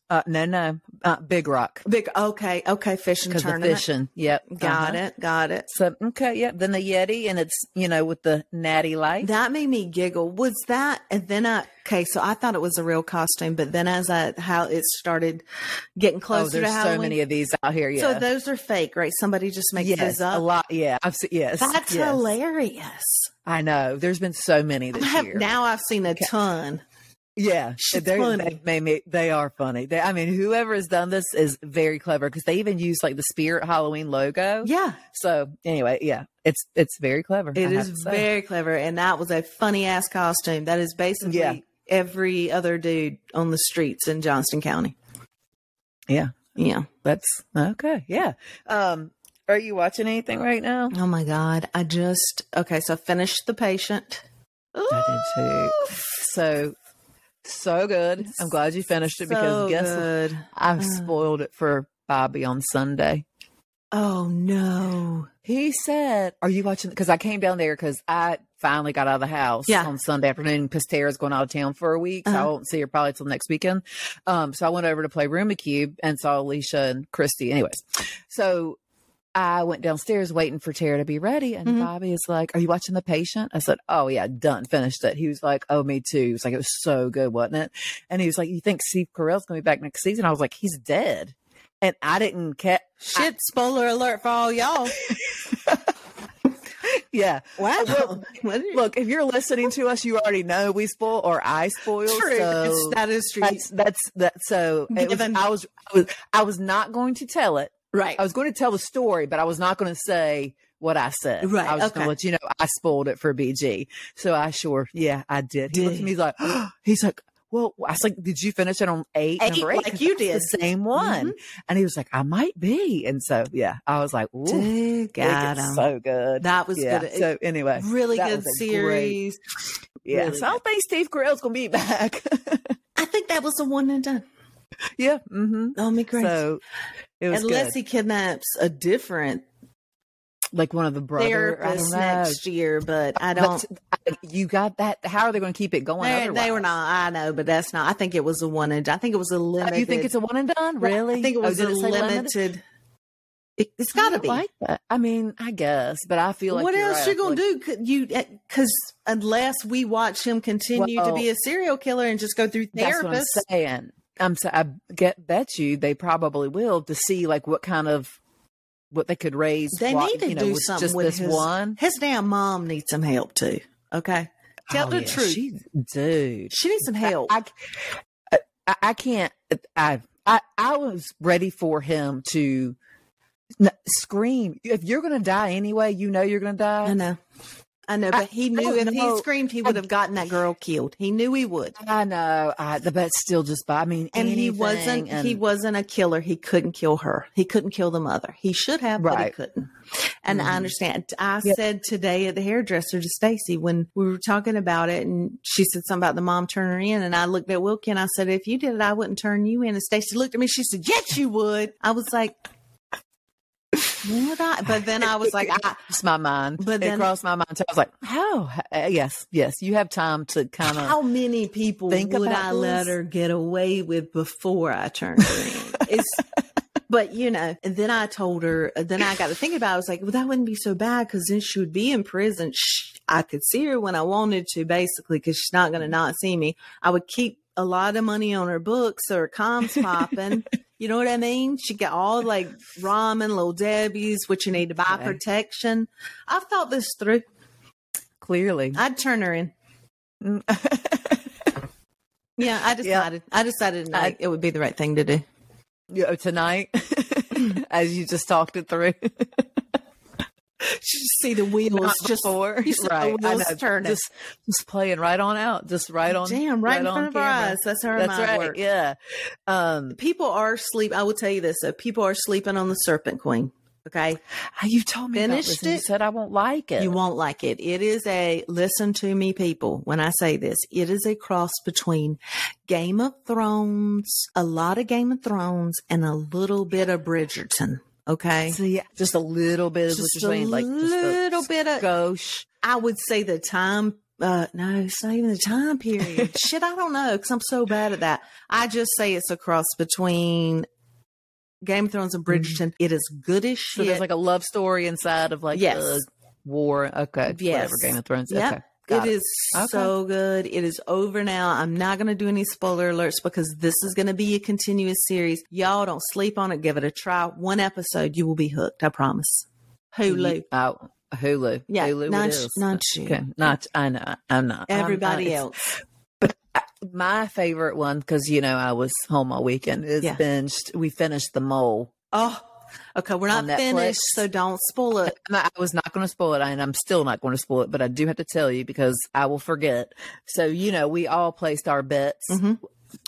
Speaker 2: Uh, no, no. Uh, Big Rock.
Speaker 1: Big okay, okay, fishing
Speaker 2: Because the
Speaker 1: tournament.
Speaker 2: fishing. Yep.
Speaker 1: Got
Speaker 2: Uh-huh.
Speaker 1: it, got it.
Speaker 2: So, okay. Yep. Then the yeti, and it's, you know, with the natty light.
Speaker 1: That made me giggle. Was that and then I okay, so I thought it was a real costume, but then as I how it started getting
Speaker 2: oh,
Speaker 1: closer
Speaker 2: there's
Speaker 1: to Halloween.
Speaker 2: so many of these out here. Yeah.
Speaker 1: So those are fake, right? Somebody just makes
Speaker 2: yes.
Speaker 1: this
Speaker 2: A
Speaker 1: up.
Speaker 2: lot. Yeah. I've seen, yes.
Speaker 1: That's
Speaker 2: yes.
Speaker 1: hilarious.
Speaker 2: I know. There's been so many
Speaker 1: I
Speaker 2: this
Speaker 1: have-
Speaker 2: year.
Speaker 1: now I've seen a ton.
Speaker 2: Yeah,
Speaker 1: She's
Speaker 2: they're,
Speaker 1: funny.
Speaker 2: They, they, they are funny. They, I mean, whoever has done this is very clever because they even use like the spirit Halloween logo.
Speaker 1: Yeah.
Speaker 2: So anyway, yeah, it's it's very clever.
Speaker 1: It
Speaker 2: I have
Speaker 1: is
Speaker 2: to say.
Speaker 1: very clever, and that was a funny ass costume. That is basically
Speaker 2: Yeah.
Speaker 1: every other dude on the streets in Johnston County.
Speaker 2: Yeah.
Speaker 1: Yeah.
Speaker 2: That's okay. Yeah. Um, are you watching anything right now?
Speaker 1: Oh my god! I just okay. So I finished the patient.
Speaker 2: I did too. So so good. I'm glad you finished it because guess what?
Speaker 1: good.
Speaker 2: I
Speaker 1: Uh.
Speaker 2: spoiled it for Bobby on Sunday.
Speaker 1: Oh no!
Speaker 2: He said, "Are you watching?" Because I came down there because I finally got out of the house
Speaker 1: Yeah.
Speaker 2: on Sunday afternoon. Pistera's going out of town for a week, so I
Speaker 1: Uh-huh.
Speaker 2: won't see her probably till next weekend. Um, so I went over to play Rummy Cube and saw Alicia and Christy. Anyways, so I went downstairs waiting for Tara to be ready, and
Speaker 1: Mhm.
Speaker 2: Bobby is like, "Are you watching the patient?" I said, "Oh yeah, done, finished it." He was like, "Oh, me too." He was like, "It was so good, wasn't it?" And he was like, "You think Steve Carell's going to be back next season?" I was like, "He's dead," and I didn't catch.
Speaker 1: Shit! spoiler alert for all y'all.
Speaker 2: [laughs] Yeah.
Speaker 1: Wow!
Speaker 2: Well,
Speaker 1: What is-
Speaker 2: Look, if you're listening to us, you already know we spoil or I spoil.
Speaker 1: true.
Speaker 2: So
Speaker 1: It's- that is true.
Speaker 2: that's that's that. So it was,
Speaker 1: Given.
Speaker 2: I was I was I was not going to tell it.
Speaker 1: right.
Speaker 2: I was going to tell the story, but I was not going to say what I said.
Speaker 1: Right,
Speaker 2: I was just going
Speaker 1: okay.
Speaker 2: to let you know I spoiled it for BG. So I sure, yeah, I did. He looked at
Speaker 1: Did.
Speaker 2: me he's like, [gasps] he's like. Well, I was like, did you finish it on eight?
Speaker 1: Eight,
Speaker 2: number eight
Speaker 1: like
Speaker 2: 'Cause
Speaker 1: you
Speaker 2: that's the
Speaker 1: did. Mm-hmm.
Speaker 2: same one. And he was like, I might be. And so, yeah, I was like, ooh, I
Speaker 1: Dig-
Speaker 2: think
Speaker 1: got
Speaker 2: it's
Speaker 1: 'em.
Speaker 2: so good.
Speaker 1: That was
Speaker 2: yeah.
Speaker 1: good. It-
Speaker 2: So anyway,
Speaker 1: really
Speaker 2: that
Speaker 1: good
Speaker 2: was a great-
Speaker 1: series.
Speaker 2: yeah,
Speaker 1: Really
Speaker 2: so I don't think Steve Carell's gonna be [laughs] back.
Speaker 1: I think that was the one and done.
Speaker 2: yeah, mm-hmm.
Speaker 1: Oh my gracious.
Speaker 2: so it was
Speaker 1: Unless
Speaker 2: good.
Speaker 1: he kidnaps a different
Speaker 2: like one of the brothers.
Speaker 1: therapist next year, but I don't.
Speaker 2: you got that? How are they gonna keep it going?
Speaker 1: They, they were
Speaker 2: otherwise?
Speaker 1: not. I know, but that's not. I think it was a one and. I think it was a
Speaker 2: Oh,
Speaker 1: limited.
Speaker 2: you think it's a one and done? Really?
Speaker 1: I think it
Speaker 2: Oh,
Speaker 1: was
Speaker 2: did
Speaker 1: a
Speaker 2: it say
Speaker 1: limited. It, has
Speaker 2: I
Speaker 1: got to
Speaker 2: don't
Speaker 1: be.
Speaker 2: Like that. I mean, I guess, but I feel like
Speaker 1: what
Speaker 2: you're
Speaker 1: else
Speaker 2: right.
Speaker 1: you gonna do? Could you? Because unless we watch him continue
Speaker 2: Well-
Speaker 1: to be a serial killer and just go through
Speaker 2: That's what I'm
Speaker 1: therapists,
Speaker 2: saying. I'm so I get bet you they probably will to see like what kind of what they could raise.
Speaker 1: they
Speaker 2: why-
Speaker 1: need to
Speaker 2: you know,
Speaker 1: do
Speaker 2: with
Speaker 1: something
Speaker 2: just
Speaker 1: with
Speaker 2: this
Speaker 1: his
Speaker 2: one.
Speaker 1: His damn mom needs some help too. Okay, tell
Speaker 2: Oh,
Speaker 1: the
Speaker 2: yeah,
Speaker 1: truth. She,
Speaker 2: she, dude.
Speaker 1: needs some help.
Speaker 2: I, I, I can't. I, I, I was ready for him to n- scream. If you're gonna die anyway, you know you're gonna
Speaker 1: I,
Speaker 2: die.
Speaker 1: know. I know, but he knew
Speaker 2: don't
Speaker 1: if
Speaker 2: know.
Speaker 1: he screamed, he would have gotten that girl killed. He knew he would.
Speaker 2: I know. I, the bet still just. By, I mean,
Speaker 1: and he
Speaker 2: anything,
Speaker 1: wasn't
Speaker 2: and-
Speaker 1: he wasn't a killer he couldn't kill her he couldn't kill the mother he should have but he
Speaker 2: Right.
Speaker 1: couldn't and
Speaker 2: Mhm.
Speaker 1: i understand i
Speaker 2: Yep.
Speaker 1: said today at the hairdresser to stacy when we were talking about it and she said something about the mom turning her in and i looked at wilkie and i said if you did it i wouldn't turn you in and stacy looked at me she said yes you would i was like would i but then i was like
Speaker 2: it
Speaker 1: I,
Speaker 2: crossed my mind.
Speaker 1: But
Speaker 2: it
Speaker 1: then-
Speaker 2: crossed my mind. So I was like, "How? Uh, yes, yes. You have time to kind of
Speaker 1: how many people
Speaker 2: Think
Speaker 1: would
Speaker 2: about
Speaker 1: I let
Speaker 2: this?
Speaker 1: her get away with before I turned
Speaker 2: [laughs]
Speaker 1: her in? It's, but you know, and then I told her. Then I got to thinking about. It. I was like, well, that wouldn't be so bad because then she would be in prison. Shh. I could see her when I wanted to, basically, because she's not going
Speaker 2: Mm-hmm.
Speaker 1: to not see me. I would keep a lot of money on her books or comms popping.
Speaker 2: [laughs]
Speaker 1: you know what I mean? She got all like ramen, little Debbie's, which you need to buy
Speaker 2: Okay.
Speaker 1: protection. I've thought this through.
Speaker 2: Clearly. mm,
Speaker 1: I'd turn her in.
Speaker 2: [laughs]
Speaker 1: Yeah, I decided. I decided tonight it would be the right thing to do.
Speaker 2: you
Speaker 1: [laughs]
Speaker 2: know, tonight, as you just talked it through.
Speaker 1: See the
Speaker 2: [laughs]
Speaker 1: wheels just "Oh,
Speaker 2: before.
Speaker 1: you saw
Speaker 2: right.
Speaker 1: the
Speaker 2: I
Speaker 1: wheels
Speaker 2: know.
Speaker 1: turning.
Speaker 2: Just, just playing right on out. Just right on.
Speaker 1: Damn, right, in
Speaker 2: on
Speaker 1: front of our
Speaker 2: camera.
Speaker 1: eyes. That's how her
Speaker 2: That's
Speaker 1: mind
Speaker 2: right.
Speaker 1: works.
Speaker 2: Yeah. Um,
Speaker 1: People are sleep. I will tell you this: though, people are sleeping on the Serpent Queen. Okay,
Speaker 2: you told me about this
Speaker 1: Finished
Speaker 2: and you
Speaker 1: it?
Speaker 2: said I won't like it.
Speaker 1: you won't like it. It is a listen to me, people. When I say this, it is a cross between Game of Thrones, a lot of Game of Thrones, and a little bit of Bridgerton. Okay,
Speaker 2: See, just a little bit of what
Speaker 1: just
Speaker 2: you're
Speaker 1: a
Speaker 2: saying, like just
Speaker 1: little bit of
Speaker 2: a gauche.
Speaker 1: I would say the time. Uh, no, it's not even the time
Speaker 2: [laughs]
Speaker 1: period. Shit, I don't know because I'm so bad at that. I just say it's a cross between Game of Thrones and Bridgerton. It is good as
Speaker 2: Mm-hmm. So
Speaker 1: shit.
Speaker 2: there's like a love story inside of like
Speaker 1: Yes.
Speaker 2: the war. Okay,
Speaker 1: Yes.
Speaker 2: whatever Game of Thrones.
Speaker 1: Yep.
Speaker 2: Okay, got
Speaker 1: it is
Speaker 2: Okay.
Speaker 1: so good. It is over now. I'm not going to do any spoiler alerts because this is going to be a continuous series. Y'all don't sleep on it. Give it a try. One episode, you will be hooked. I promise. Hulu.
Speaker 2: Oh, Hulu.
Speaker 1: Yeah,
Speaker 2: Hulu.
Speaker 1: not,
Speaker 2: it is.
Speaker 1: not you.
Speaker 2: okay, not I know. I'm not I'm-
Speaker 1: Everybody
Speaker 2: I- it's-
Speaker 1: else.
Speaker 2: My favorite one because you know I was home all weekend. Is
Speaker 1: Yeah.
Speaker 2: binged. We finished the mole.
Speaker 1: Oh, okay. We're
Speaker 2: On
Speaker 1: not
Speaker 2: Netflix.
Speaker 1: finished, so don't spoil it.
Speaker 2: No, I was not going to spoil it, and I'm still not going to spoil it, but I do have to tell you because I will forget. So, you know, we all placed our bets.
Speaker 1: Mhm.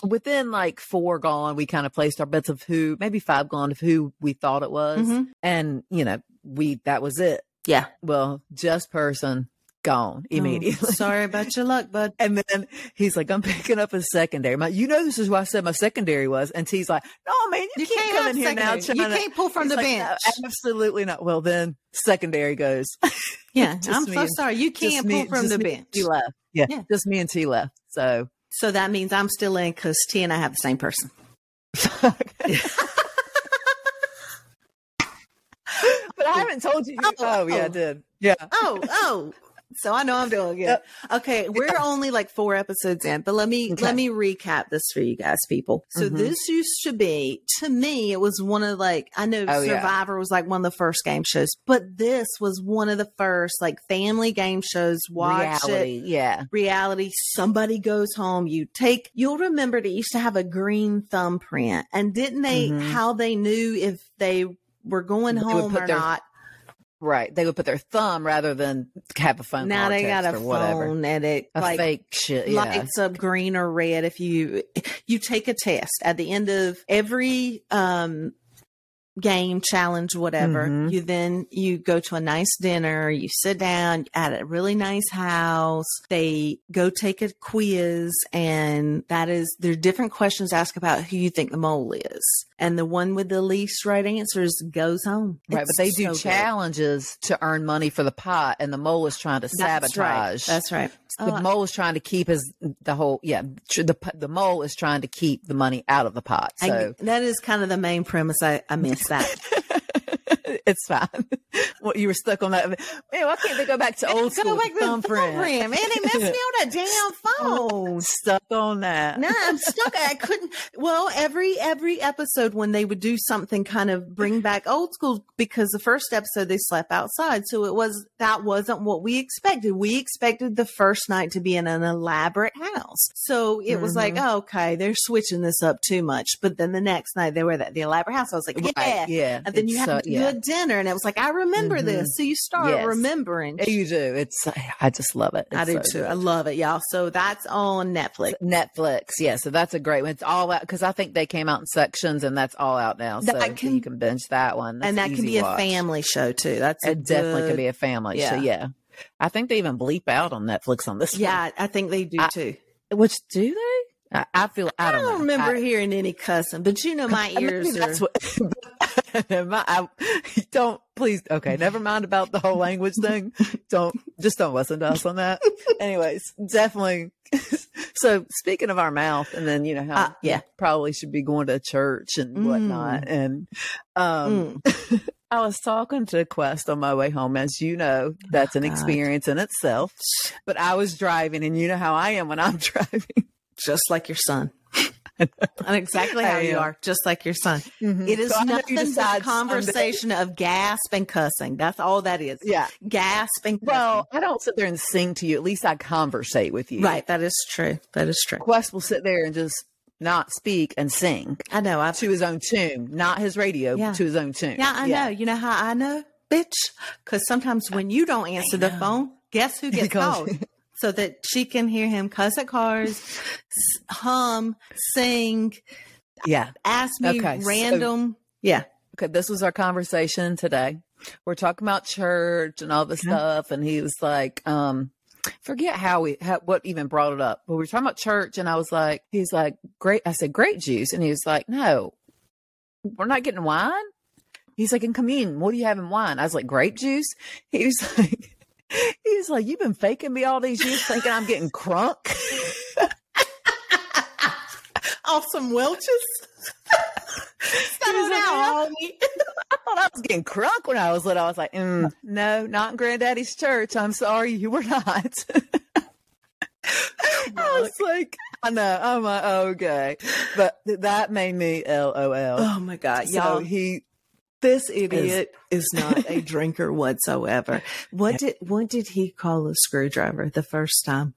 Speaker 2: Within like four gone, we kind of placed our bets of who, maybe five gone, of who we thought it was.
Speaker 1: Mhm.
Speaker 2: And, you know, we, that was it.
Speaker 1: Yeah.
Speaker 2: Well, just person gone immediately. [laughs]
Speaker 1: Oh, sorry about your luck, bud.
Speaker 2: And then he's like, I'm picking up a secondary. My, you know, this is why I said my secondary was. And T's like, no, man, you,
Speaker 1: [laughs] You can't,
Speaker 2: come in here now.
Speaker 1: secondary.
Speaker 2: trying to-"
Speaker 1: You can't pull from
Speaker 2: He's
Speaker 1: the
Speaker 2: like, "No,
Speaker 1: bench.
Speaker 2: absolutely not. Well, then secondary goes.
Speaker 1: yeah,
Speaker 2: just
Speaker 1: I'm
Speaker 2: me
Speaker 1: so
Speaker 2: and-
Speaker 1: sorry. You
Speaker 2: Just
Speaker 1: can't
Speaker 2: me-
Speaker 1: pull from
Speaker 2: just
Speaker 1: the
Speaker 2: me
Speaker 1: bench.
Speaker 2: and T left. Yeah,
Speaker 1: Yeah.
Speaker 2: just me and T left. So
Speaker 1: So that means I'm still in because T and I have the same person.
Speaker 2: But I haven't told you.
Speaker 1: Oh,
Speaker 2: Oh, yeah, I
Speaker 1: oh.
Speaker 2: did. Yeah.
Speaker 1: [laughs] Oh, oh. So I know I'm doing good.
Speaker 2: Yep.
Speaker 1: Okay, we're only like four episodes in, but let me
Speaker 2: Okay.
Speaker 1: let me recap this for you guys, people. So
Speaker 2: Mhm.
Speaker 1: this used to be to me, it was one of like I know
Speaker 2: Oh, yeah.
Speaker 1: Survivor was like one of the first game shows, but this was one of the first like family game shows. Watch it,
Speaker 2: Reality. Yeah.
Speaker 1: reality somebody goes home you take you'll remember they used to have a green thumbprint and didn't they
Speaker 2: Mhm.
Speaker 1: how they knew if they were going
Speaker 2: They would
Speaker 1: home
Speaker 2: put
Speaker 1: or
Speaker 2: their
Speaker 1: not
Speaker 2: Right. They would put their thumb rather than have a phone.
Speaker 1: now
Speaker 2: call
Speaker 1: they got
Speaker 2: text
Speaker 1: a
Speaker 2: or whatever.
Speaker 1: phone and it
Speaker 2: A
Speaker 1: like
Speaker 2: fake shit. Yeah.
Speaker 1: lights up green or red if you you take a test at the end of every um game challenge whatever
Speaker 2: Mhm.
Speaker 1: you then you go to a nice dinner you sit down at a really nice house they go take a quiz and that is there are different questions asked about who you think the mole is and the one with the least right answers goes home
Speaker 2: Right,
Speaker 1: It's
Speaker 2: but they do
Speaker 1: so good.
Speaker 2: challenges to earn money for the pot, and the mole is trying to
Speaker 1: That's
Speaker 2: sabotage.
Speaker 1: right. that's right
Speaker 2: the
Speaker 1: Oh,
Speaker 2: mole is trying to keep his the whole yeah tr- the p- the mole is trying to keep the money out of the pot.
Speaker 1: I-
Speaker 2: So
Speaker 1: that is kind of the main premise I, I miss that
Speaker 2: [laughs] it's fine. Well, you were stuck on that. Man, why can't they go back to old
Speaker 1: Go
Speaker 2: school
Speaker 1: back to the
Speaker 2: thumbprint?
Speaker 1: thumbprint, man. They messed me
Speaker 2: [laughs]
Speaker 1: on that damn phone.
Speaker 2: Stuck on that.
Speaker 1: No, I'm stuck. I couldn't. Well, every every episode when they would do something, kind of bring back old school because the first episode they slept outside, so it was that wasn't what we expected. We expected the first night to be in an elaborate house, so it was like,
Speaker 2: Mm-hmm.
Speaker 1: oh, okay, they're switching this up too much. But then the next night they were at the elaborate house. I was like, yeah.
Speaker 2: Right, yeah.
Speaker 1: And then you
Speaker 2: It's
Speaker 1: had
Speaker 2: so-
Speaker 1: a good dinner, and it was like, I remember this. So you start
Speaker 2: Yes.
Speaker 1: remembering.
Speaker 2: Yeah, you do. It's I just love it.
Speaker 1: I
Speaker 2: It's
Speaker 1: do
Speaker 2: so
Speaker 1: too.
Speaker 2: good.
Speaker 1: I love it, y'all. So that's on Netflix.
Speaker 2: Netflix, yeah. So that's a great one. It's all out because I think they came out in sections, and that's all out now. So
Speaker 1: That can-
Speaker 2: you can binge that one, That's
Speaker 1: and that
Speaker 2: an
Speaker 1: can
Speaker 2: easy
Speaker 1: be
Speaker 2: watch.
Speaker 1: a family show too. That's a
Speaker 2: It definitely can
Speaker 1: good-
Speaker 2: be a family. So
Speaker 1: Yeah.
Speaker 2: yeah, I think they even bleep out on Netflix on this.
Speaker 1: Yeah, I think they do
Speaker 2: I-
Speaker 1: too.
Speaker 2: one. which do they? I, I feel I
Speaker 1: I
Speaker 2: don't,
Speaker 1: don't,
Speaker 2: know.
Speaker 1: remember
Speaker 2: I,
Speaker 1: hearing any cussing, but you know my
Speaker 2: I- maybe
Speaker 1: ears are.
Speaker 2: that's what. [laughs] my, I, don't please. Okay, never mind about the whole language thing. Don't just don't listen to us on that. Anyways, definitely. [laughs] so speaking of our mouth, and then you know how
Speaker 1: Ah, yeah.
Speaker 2: you probably should be going to church and whatnot, and um,
Speaker 1: Mm.
Speaker 2: I was talking to Quest on my way home. As you know, that's an
Speaker 1: Oh, God.
Speaker 2: experience in itself. But I was driving, and you know how I am when I'm [laughs] driving.
Speaker 1: Just like your son. And exactly
Speaker 2: [laughs] I
Speaker 1: how you
Speaker 2: am.
Speaker 1: are, just like your
Speaker 2: [laughs]
Speaker 1: son. It is
Speaker 2: So I know you
Speaker 1: nothing but
Speaker 2: decide
Speaker 1: a conversation of gasp and cussing. That's all that is.
Speaker 2: Yeah.
Speaker 1: Gasp and cussing.
Speaker 2: Well, I don't sit there and sing to you. At least I conversate with you.
Speaker 1: right. That is true. That is true.
Speaker 2: Quest will sit there and just not speak and sing
Speaker 1: I know. I've
Speaker 2: to his own tune, not his radio,
Speaker 1: Uh, Yeah.
Speaker 2: to his own tune.
Speaker 1: Yeah, I know. You know how I know, bitch? Because sometimes when you don't answer the
Speaker 2: know. guess
Speaker 1: who gets
Speaker 2: Because-
Speaker 1: called so that she can hear him cuss at cars, s- hum, sing,
Speaker 2: Yeah.
Speaker 1: ask me
Speaker 2: Okay, so-
Speaker 1: random. yeah.
Speaker 2: Okay, this was our conversation today. We're talking about church and all this
Speaker 1: Okay.
Speaker 2: stuff, and he was like, um, forget how we how, what even brought it up, but we were talking about church, and I was like, he's like, great. I said, grape juice, and he was like, no, we're not getting wine. He's like, in communion, what do you have in wine? I was like, grape juice. [laughs] He was like. [laughs] He was like, "You've been faking me all these years, thinking I'm getting crunk."
Speaker 1: Off some Welch's. [laughs] Settle
Speaker 2: Is it
Speaker 1: down, homie.
Speaker 2: I thought I was getting crunk when I was little. I was like, mm, "No, not in Granddaddy's church. I'm sorry, you were not." [laughs] I was like, "I know. I'm like, okay," but th- that made me LOL.
Speaker 1: Oh my God.
Speaker 2: So
Speaker 1: Y'all,
Speaker 2: he,
Speaker 1: this idiot is, not [laughs] a drinker whatsoever. What did what did he call a screwdriver the first time?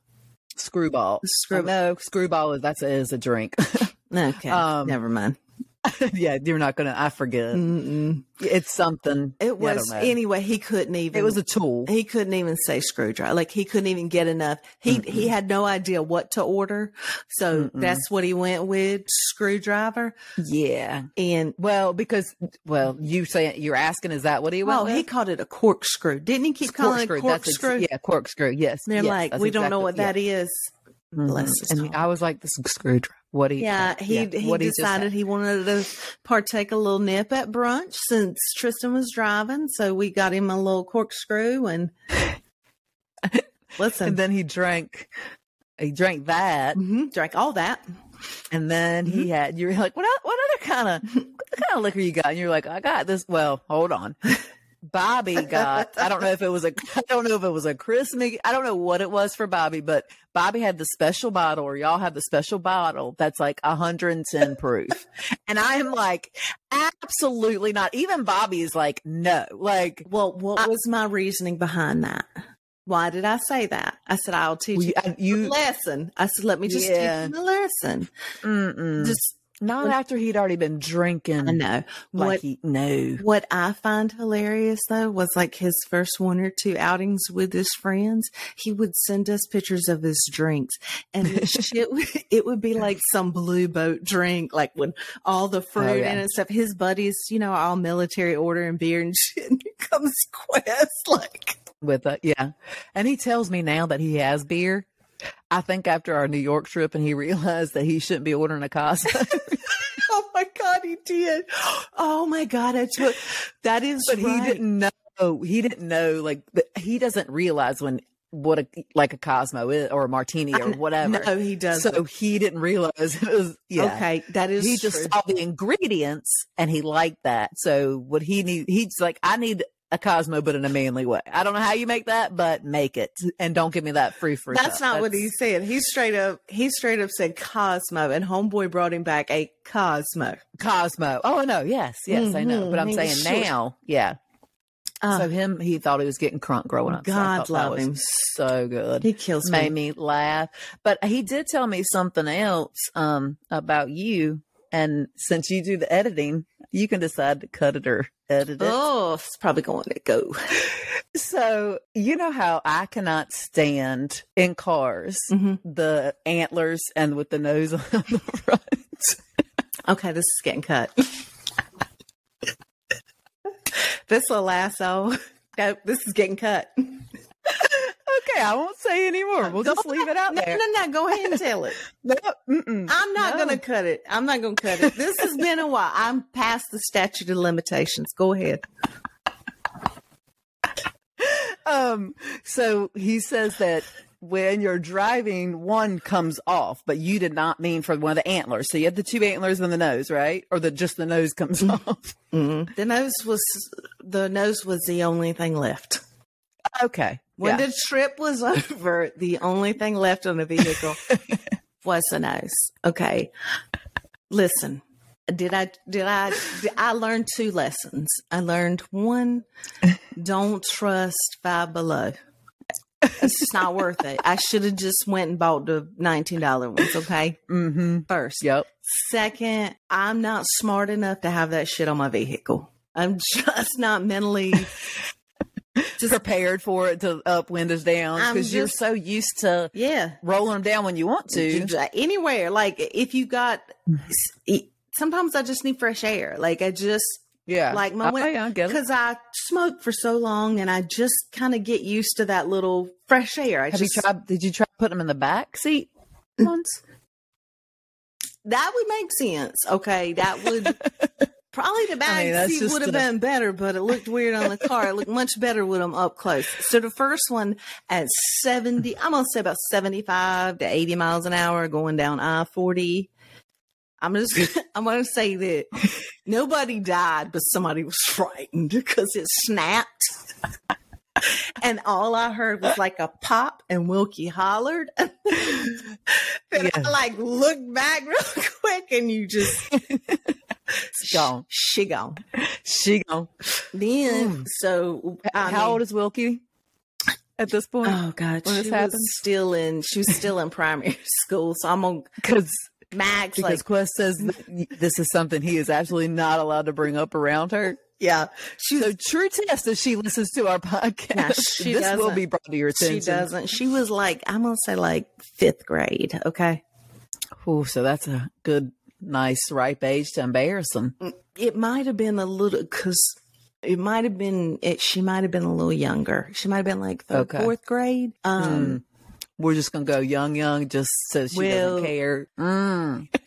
Speaker 2: screwball,
Speaker 1: Screw-
Speaker 2: no, screwball is that's is a drink. [laughs]
Speaker 1: Okay.
Speaker 2: Um,
Speaker 1: never mind.
Speaker 2: yeah, you're not gonna. I forget.
Speaker 1: Mm-mm.
Speaker 2: It's something.
Speaker 1: Mm. It
Speaker 2: I don't
Speaker 1: was
Speaker 2: know.
Speaker 1: anyway. He couldn't even.
Speaker 2: It was a tool.
Speaker 1: he couldn't even say screwdriver. Like he couldn't even get enough. He he had no idea what to order, so
Speaker 2: Mm-mm.
Speaker 1: that's what he went with screwdriver.
Speaker 2: Yeah.
Speaker 1: And
Speaker 2: Well, because well, you say you're asking, is that what he went
Speaker 1: well,
Speaker 2: with?
Speaker 1: he called it a corkscrew. Didn't he keep calling it a
Speaker 2: That's ex-
Speaker 1: corkscrew?
Speaker 2: yeah, corkscrew. Yes.
Speaker 1: And They're
Speaker 2: yes,
Speaker 1: like,
Speaker 2: that's
Speaker 1: we don't know
Speaker 2: exactly-
Speaker 1: what
Speaker 2: yeah.
Speaker 1: that is.
Speaker 2: Mhm.
Speaker 1: Bless his
Speaker 2: And
Speaker 1: heart.
Speaker 2: I was like, this is screwdriver. What he?
Speaker 1: Yeah, he he
Speaker 2: what just
Speaker 1: decided
Speaker 2: had.
Speaker 1: he wanted to partake a little nip at brunch since Tristan was driving, so we got him a little corkscrew and
Speaker 2: [laughs]
Speaker 1: listen,
Speaker 2: and then he drank. He drank that,
Speaker 1: mhm, drank all that.
Speaker 2: and then he
Speaker 1: Mm-hmm.
Speaker 2: had. You're like, what? o- What other kind of what kind of liquor you got? And you're like, I got this. Well, hold on. [laughs] Bobby got. I don't know if it was a. I don't know if it was a Christmas. I don't know what it was for Bobby, but Bobby had the special bottle, or y'all have the special bottle that's like 110 proof, and I am like, absolutely not. Even Bobby is like, no, like
Speaker 1: Well, what
Speaker 2: I-
Speaker 1: was my reasoning behind that? Why did I say that? I said I'll teach
Speaker 2: Well,
Speaker 1: you
Speaker 2: you, I-
Speaker 1: a
Speaker 2: you
Speaker 1: lesson. I said let me just
Speaker 2: Yeah. Mm.
Speaker 1: teach him a lesson.
Speaker 2: mm-mm.
Speaker 1: Just
Speaker 2: not after he'd already been drinking.
Speaker 1: I know
Speaker 2: Like
Speaker 1: what
Speaker 2: he no.
Speaker 1: what I find hilarious though was like his first one or two outings with his friends. He would send us pictures of his drinks, and
Speaker 2: [laughs]
Speaker 1: the shit would- it would be like some blue boat drink, like with all the fruit
Speaker 2: Oh,
Speaker 1: in
Speaker 2: yeah.
Speaker 1: it and stuff. His buddies, you know, are all military order and beer and shit. And here comes [laughs] Quest, like
Speaker 2: with a yeah. And he tells me now that he has beer. I think after our New York trip, and he [laughs] realized that he shouldn't be ordering a Casa,
Speaker 1: Oh my god, he did. Oh my god, I took that is
Speaker 2: but he
Speaker 1: right.
Speaker 2: didn't know. He didn't know. Like th- he doesn't realize when what a like a Cosmo is or a Martini or whatever.
Speaker 1: No, he doesn't.
Speaker 2: so he didn't realize it was yeah.
Speaker 1: Okay, that is
Speaker 2: he just
Speaker 1: true.
Speaker 2: saw the ingredients and he liked that. So what he need, he's like, I need a Cosmo, but in a manly way. I don't know how you make that, but make it and don't give me that free fruit.
Speaker 1: That's not what he said. He straight up he straight up said Cosmo and homeboy brought him back a Cosmo.
Speaker 2: Cosmo. Oh, I know. Yes, yes, I know. But
Speaker 1: Mhm.
Speaker 2: I'm
Speaker 1: He
Speaker 2: saying
Speaker 1: was short.
Speaker 2: now, yeah.
Speaker 1: Oh,
Speaker 2: so him, he thought he was getting crunk growing up. So I
Speaker 1: God
Speaker 2: thought that
Speaker 1: love
Speaker 2: was
Speaker 1: him.
Speaker 2: So good.
Speaker 1: he kills me.
Speaker 2: made me laugh. But he did tell me something else um, about you. And since you do the editing, you can decide to cut it or edit it.
Speaker 1: Oh, it's probably going to go.
Speaker 2: So, you know how I cannot stand in cars
Speaker 1: Mhm.
Speaker 2: the antlers and with the nose [laughs] on the front.
Speaker 1: Okay, this is getting cut. [laughs] this little lasso. [laughs] Nope, this is getting cut.
Speaker 2: Okay, I won't say
Speaker 1: [laughs]
Speaker 2: anymore. We'll
Speaker 1: Go
Speaker 2: just leave it out
Speaker 1: No,
Speaker 2: there.
Speaker 1: no, no. Go ahead and tell it.
Speaker 2: No, mm-mm.
Speaker 1: I'm not
Speaker 2: No.
Speaker 1: going to cut it. I'm not going to cut it. This has been a while. I'm past the statute of limitations. Go ahead.
Speaker 2: Um, so he says that when you're driving, one comes off, but you did not mean for one of the antlers. So you [laughs] have the two antlers and the nose, right? Or the just the nose comes off.
Speaker 1: The nose was the nose was the only thing left.
Speaker 2: Okay.
Speaker 1: When the trip was [laughs] over, the only thing left on the vehicle was the nose. Okay. Listen, did I did I did I learned two lessons. I learned one, don't trust five below. It's not worth it. I should have just went and bought the nineteen dollar ones, okay?
Speaker 2: mm-hmm.
Speaker 1: First.
Speaker 2: Yep.
Speaker 1: Second, I'm not smart enough to have that shit on my vehicle. I'm [laughs] just not mentally just
Speaker 2: Prepared for it to up windows down
Speaker 1: I'm
Speaker 2: because you're
Speaker 1: just-
Speaker 2: so used to
Speaker 1: yeah.
Speaker 2: rolling them down when you want to.
Speaker 1: Just [laughs] Anywhere. Like if you got e, sometimes I just need fresh air. Like I just
Speaker 2: Yeah.
Speaker 1: Like my
Speaker 2: Oh,
Speaker 1: win-
Speaker 2: yeah, I get it.
Speaker 1: because I smoked for so long and I just kind of get used to that little fresh air. I
Speaker 2: Have
Speaker 1: just
Speaker 2: you tried? Did you try putting them in the back seat once?
Speaker 1: that would make sense. Okay, that
Speaker 2: [laughs]
Speaker 1: would probably the
Speaker 2: I
Speaker 1: bag
Speaker 2: mean, that's
Speaker 1: seat
Speaker 2: just
Speaker 1: would
Speaker 2: a-
Speaker 1: have been better, but it looked weird on the car. It looked much better with them up close. So the first one at seventy, I'm gonna say about seventy-five to eighty miles an hour going down I forty. I'm just I'm gonna [laughs] say that nobody died, but somebody was frightened because it snapped. And all I heard was like a pop, and Wilkie hollered. [laughs] and
Speaker 2: Yeah.
Speaker 1: I like looked back [laughs] real quick, and you just
Speaker 2: She gone.
Speaker 1: She gone.
Speaker 2: She gone.
Speaker 1: Then
Speaker 2: Ooh.
Speaker 1: so I
Speaker 2: How
Speaker 1: mean-
Speaker 2: old is Wilkie at this point?
Speaker 1: Oh God,
Speaker 2: when
Speaker 1: she
Speaker 2: this
Speaker 1: was
Speaker 2: happened?
Speaker 1: still in she was still in primary [laughs] school. So I'm on
Speaker 2: Because
Speaker 1: Max
Speaker 2: because
Speaker 1: like
Speaker 2: Quest says that this is something he is absolutely not allowed to bring up around her.
Speaker 1: yeah. She was
Speaker 2: So true test if she listens to our podcast,
Speaker 1: Nah, she
Speaker 2: this will
Speaker 1: doesn't.
Speaker 2: be brought to your attention.
Speaker 1: she doesn't. She was like I'm gonna say like fifth grade. Okay,
Speaker 2: Ooh, so that's a good, nice, ripe age to embarrass them.
Speaker 1: it might have been a little because. It might have been it. She might have been a little younger. She might have been like third,
Speaker 2: Okay.
Speaker 1: fourth grade. Um,
Speaker 2: Mm. We're just gonna go young, young, just so she
Speaker 1: Well-
Speaker 2: doesn't care. Mm. [laughs]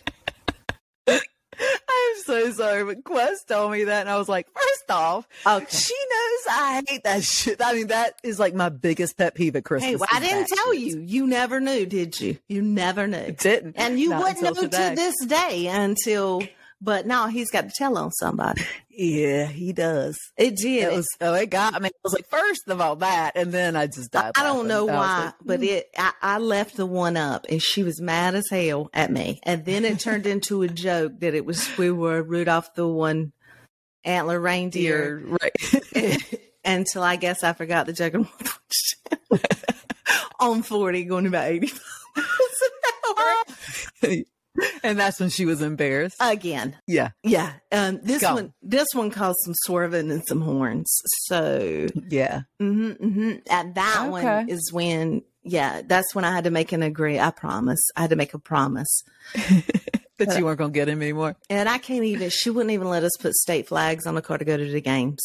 Speaker 2: I'm so sorry, but Quest told me that, and I was like, first off,
Speaker 1: Okay.
Speaker 2: she knows I hate that shit. I mean, that is like my biggest pet peeve at Christmas.
Speaker 1: Hey, well, I
Speaker 2: is
Speaker 1: didn't
Speaker 2: that
Speaker 1: tell
Speaker 2: shit.
Speaker 1: you. You never knew, did you? You never knew.
Speaker 2: Didn't,
Speaker 1: And you
Speaker 2: [laughs] Not
Speaker 1: wouldn't know
Speaker 2: until today.
Speaker 1: to this day until, but now he's got to tell on somebody.
Speaker 2: Yeah, he does.
Speaker 1: It did.
Speaker 2: It was oh, it got me. I was like, first of all that, and then I just died.
Speaker 1: I don't
Speaker 2: laughing.
Speaker 1: know
Speaker 2: I was
Speaker 1: why,
Speaker 2: like,
Speaker 1: but it I, I left the one up and she was mad as hell at me. And then it
Speaker 2: [laughs]
Speaker 1: turned into a joke that it was we were Rudolph the one antler
Speaker 2: dear,
Speaker 1: reindeer
Speaker 2: right?
Speaker 1: until I guess I forgot the joke [laughs] on
Speaker 2: [laughs]
Speaker 1: on forty going about eighty [laughs] miles
Speaker 2: [laughs]
Speaker 1: an hour. [laughs]
Speaker 2: and that's when she was embarrassed.
Speaker 1: Uh, Again.
Speaker 2: yeah,
Speaker 1: Yeah. Um, this
Speaker 2: Go.
Speaker 1: one, this one caused some swerving and some horns. So
Speaker 2: yeah.
Speaker 1: hmm hmm at that one
Speaker 2: Okay.
Speaker 1: is when, yeah, that's when I had to make an agree. I promise. I had to make a promise.
Speaker 2: But you weren't gonna get him anymore.
Speaker 1: And I can't even, she wouldn't even let us put state flags on the car to go to the
Speaker 2: [laughs]
Speaker 1: games.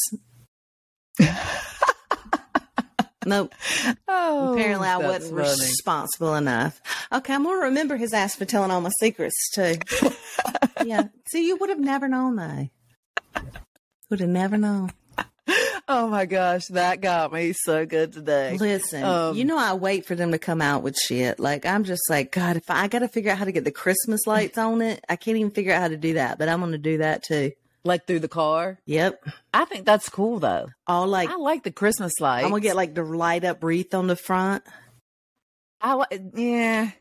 Speaker 1: nope.
Speaker 2: Oh,
Speaker 1: Apparently I
Speaker 2: that's
Speaker 1: wasn't
Speaker 2: funny.
Speaker 1: responsible enough. Okay. I'm going to remember his ass for telling all my secrets
Speaker 2: [laughs]
Speaker 1: too. yeah. See, you would have never known though. Would have never known.
Speaker 2: Oh my gosh, that got me so good today.
Speaker 1: Listen,
Speaker 2: Um,
Speaker 1: you know I wait for them to come out with shit. Like I'm just like, God, if I, I got to figure out how to get the Christmas lights on it, I can't even figure out how to do that. But I'm going to do that too.
Speaker 2: Like through the car.
Speaker 1: Yep,
Speaker 2: I think that's cool though.
Speaker 1: all like
Speaker 2: I like the Christmas lights.
Speaker 1: I'm gonna get like the light up wreath on the front.
Speaker 2: I like, yeah,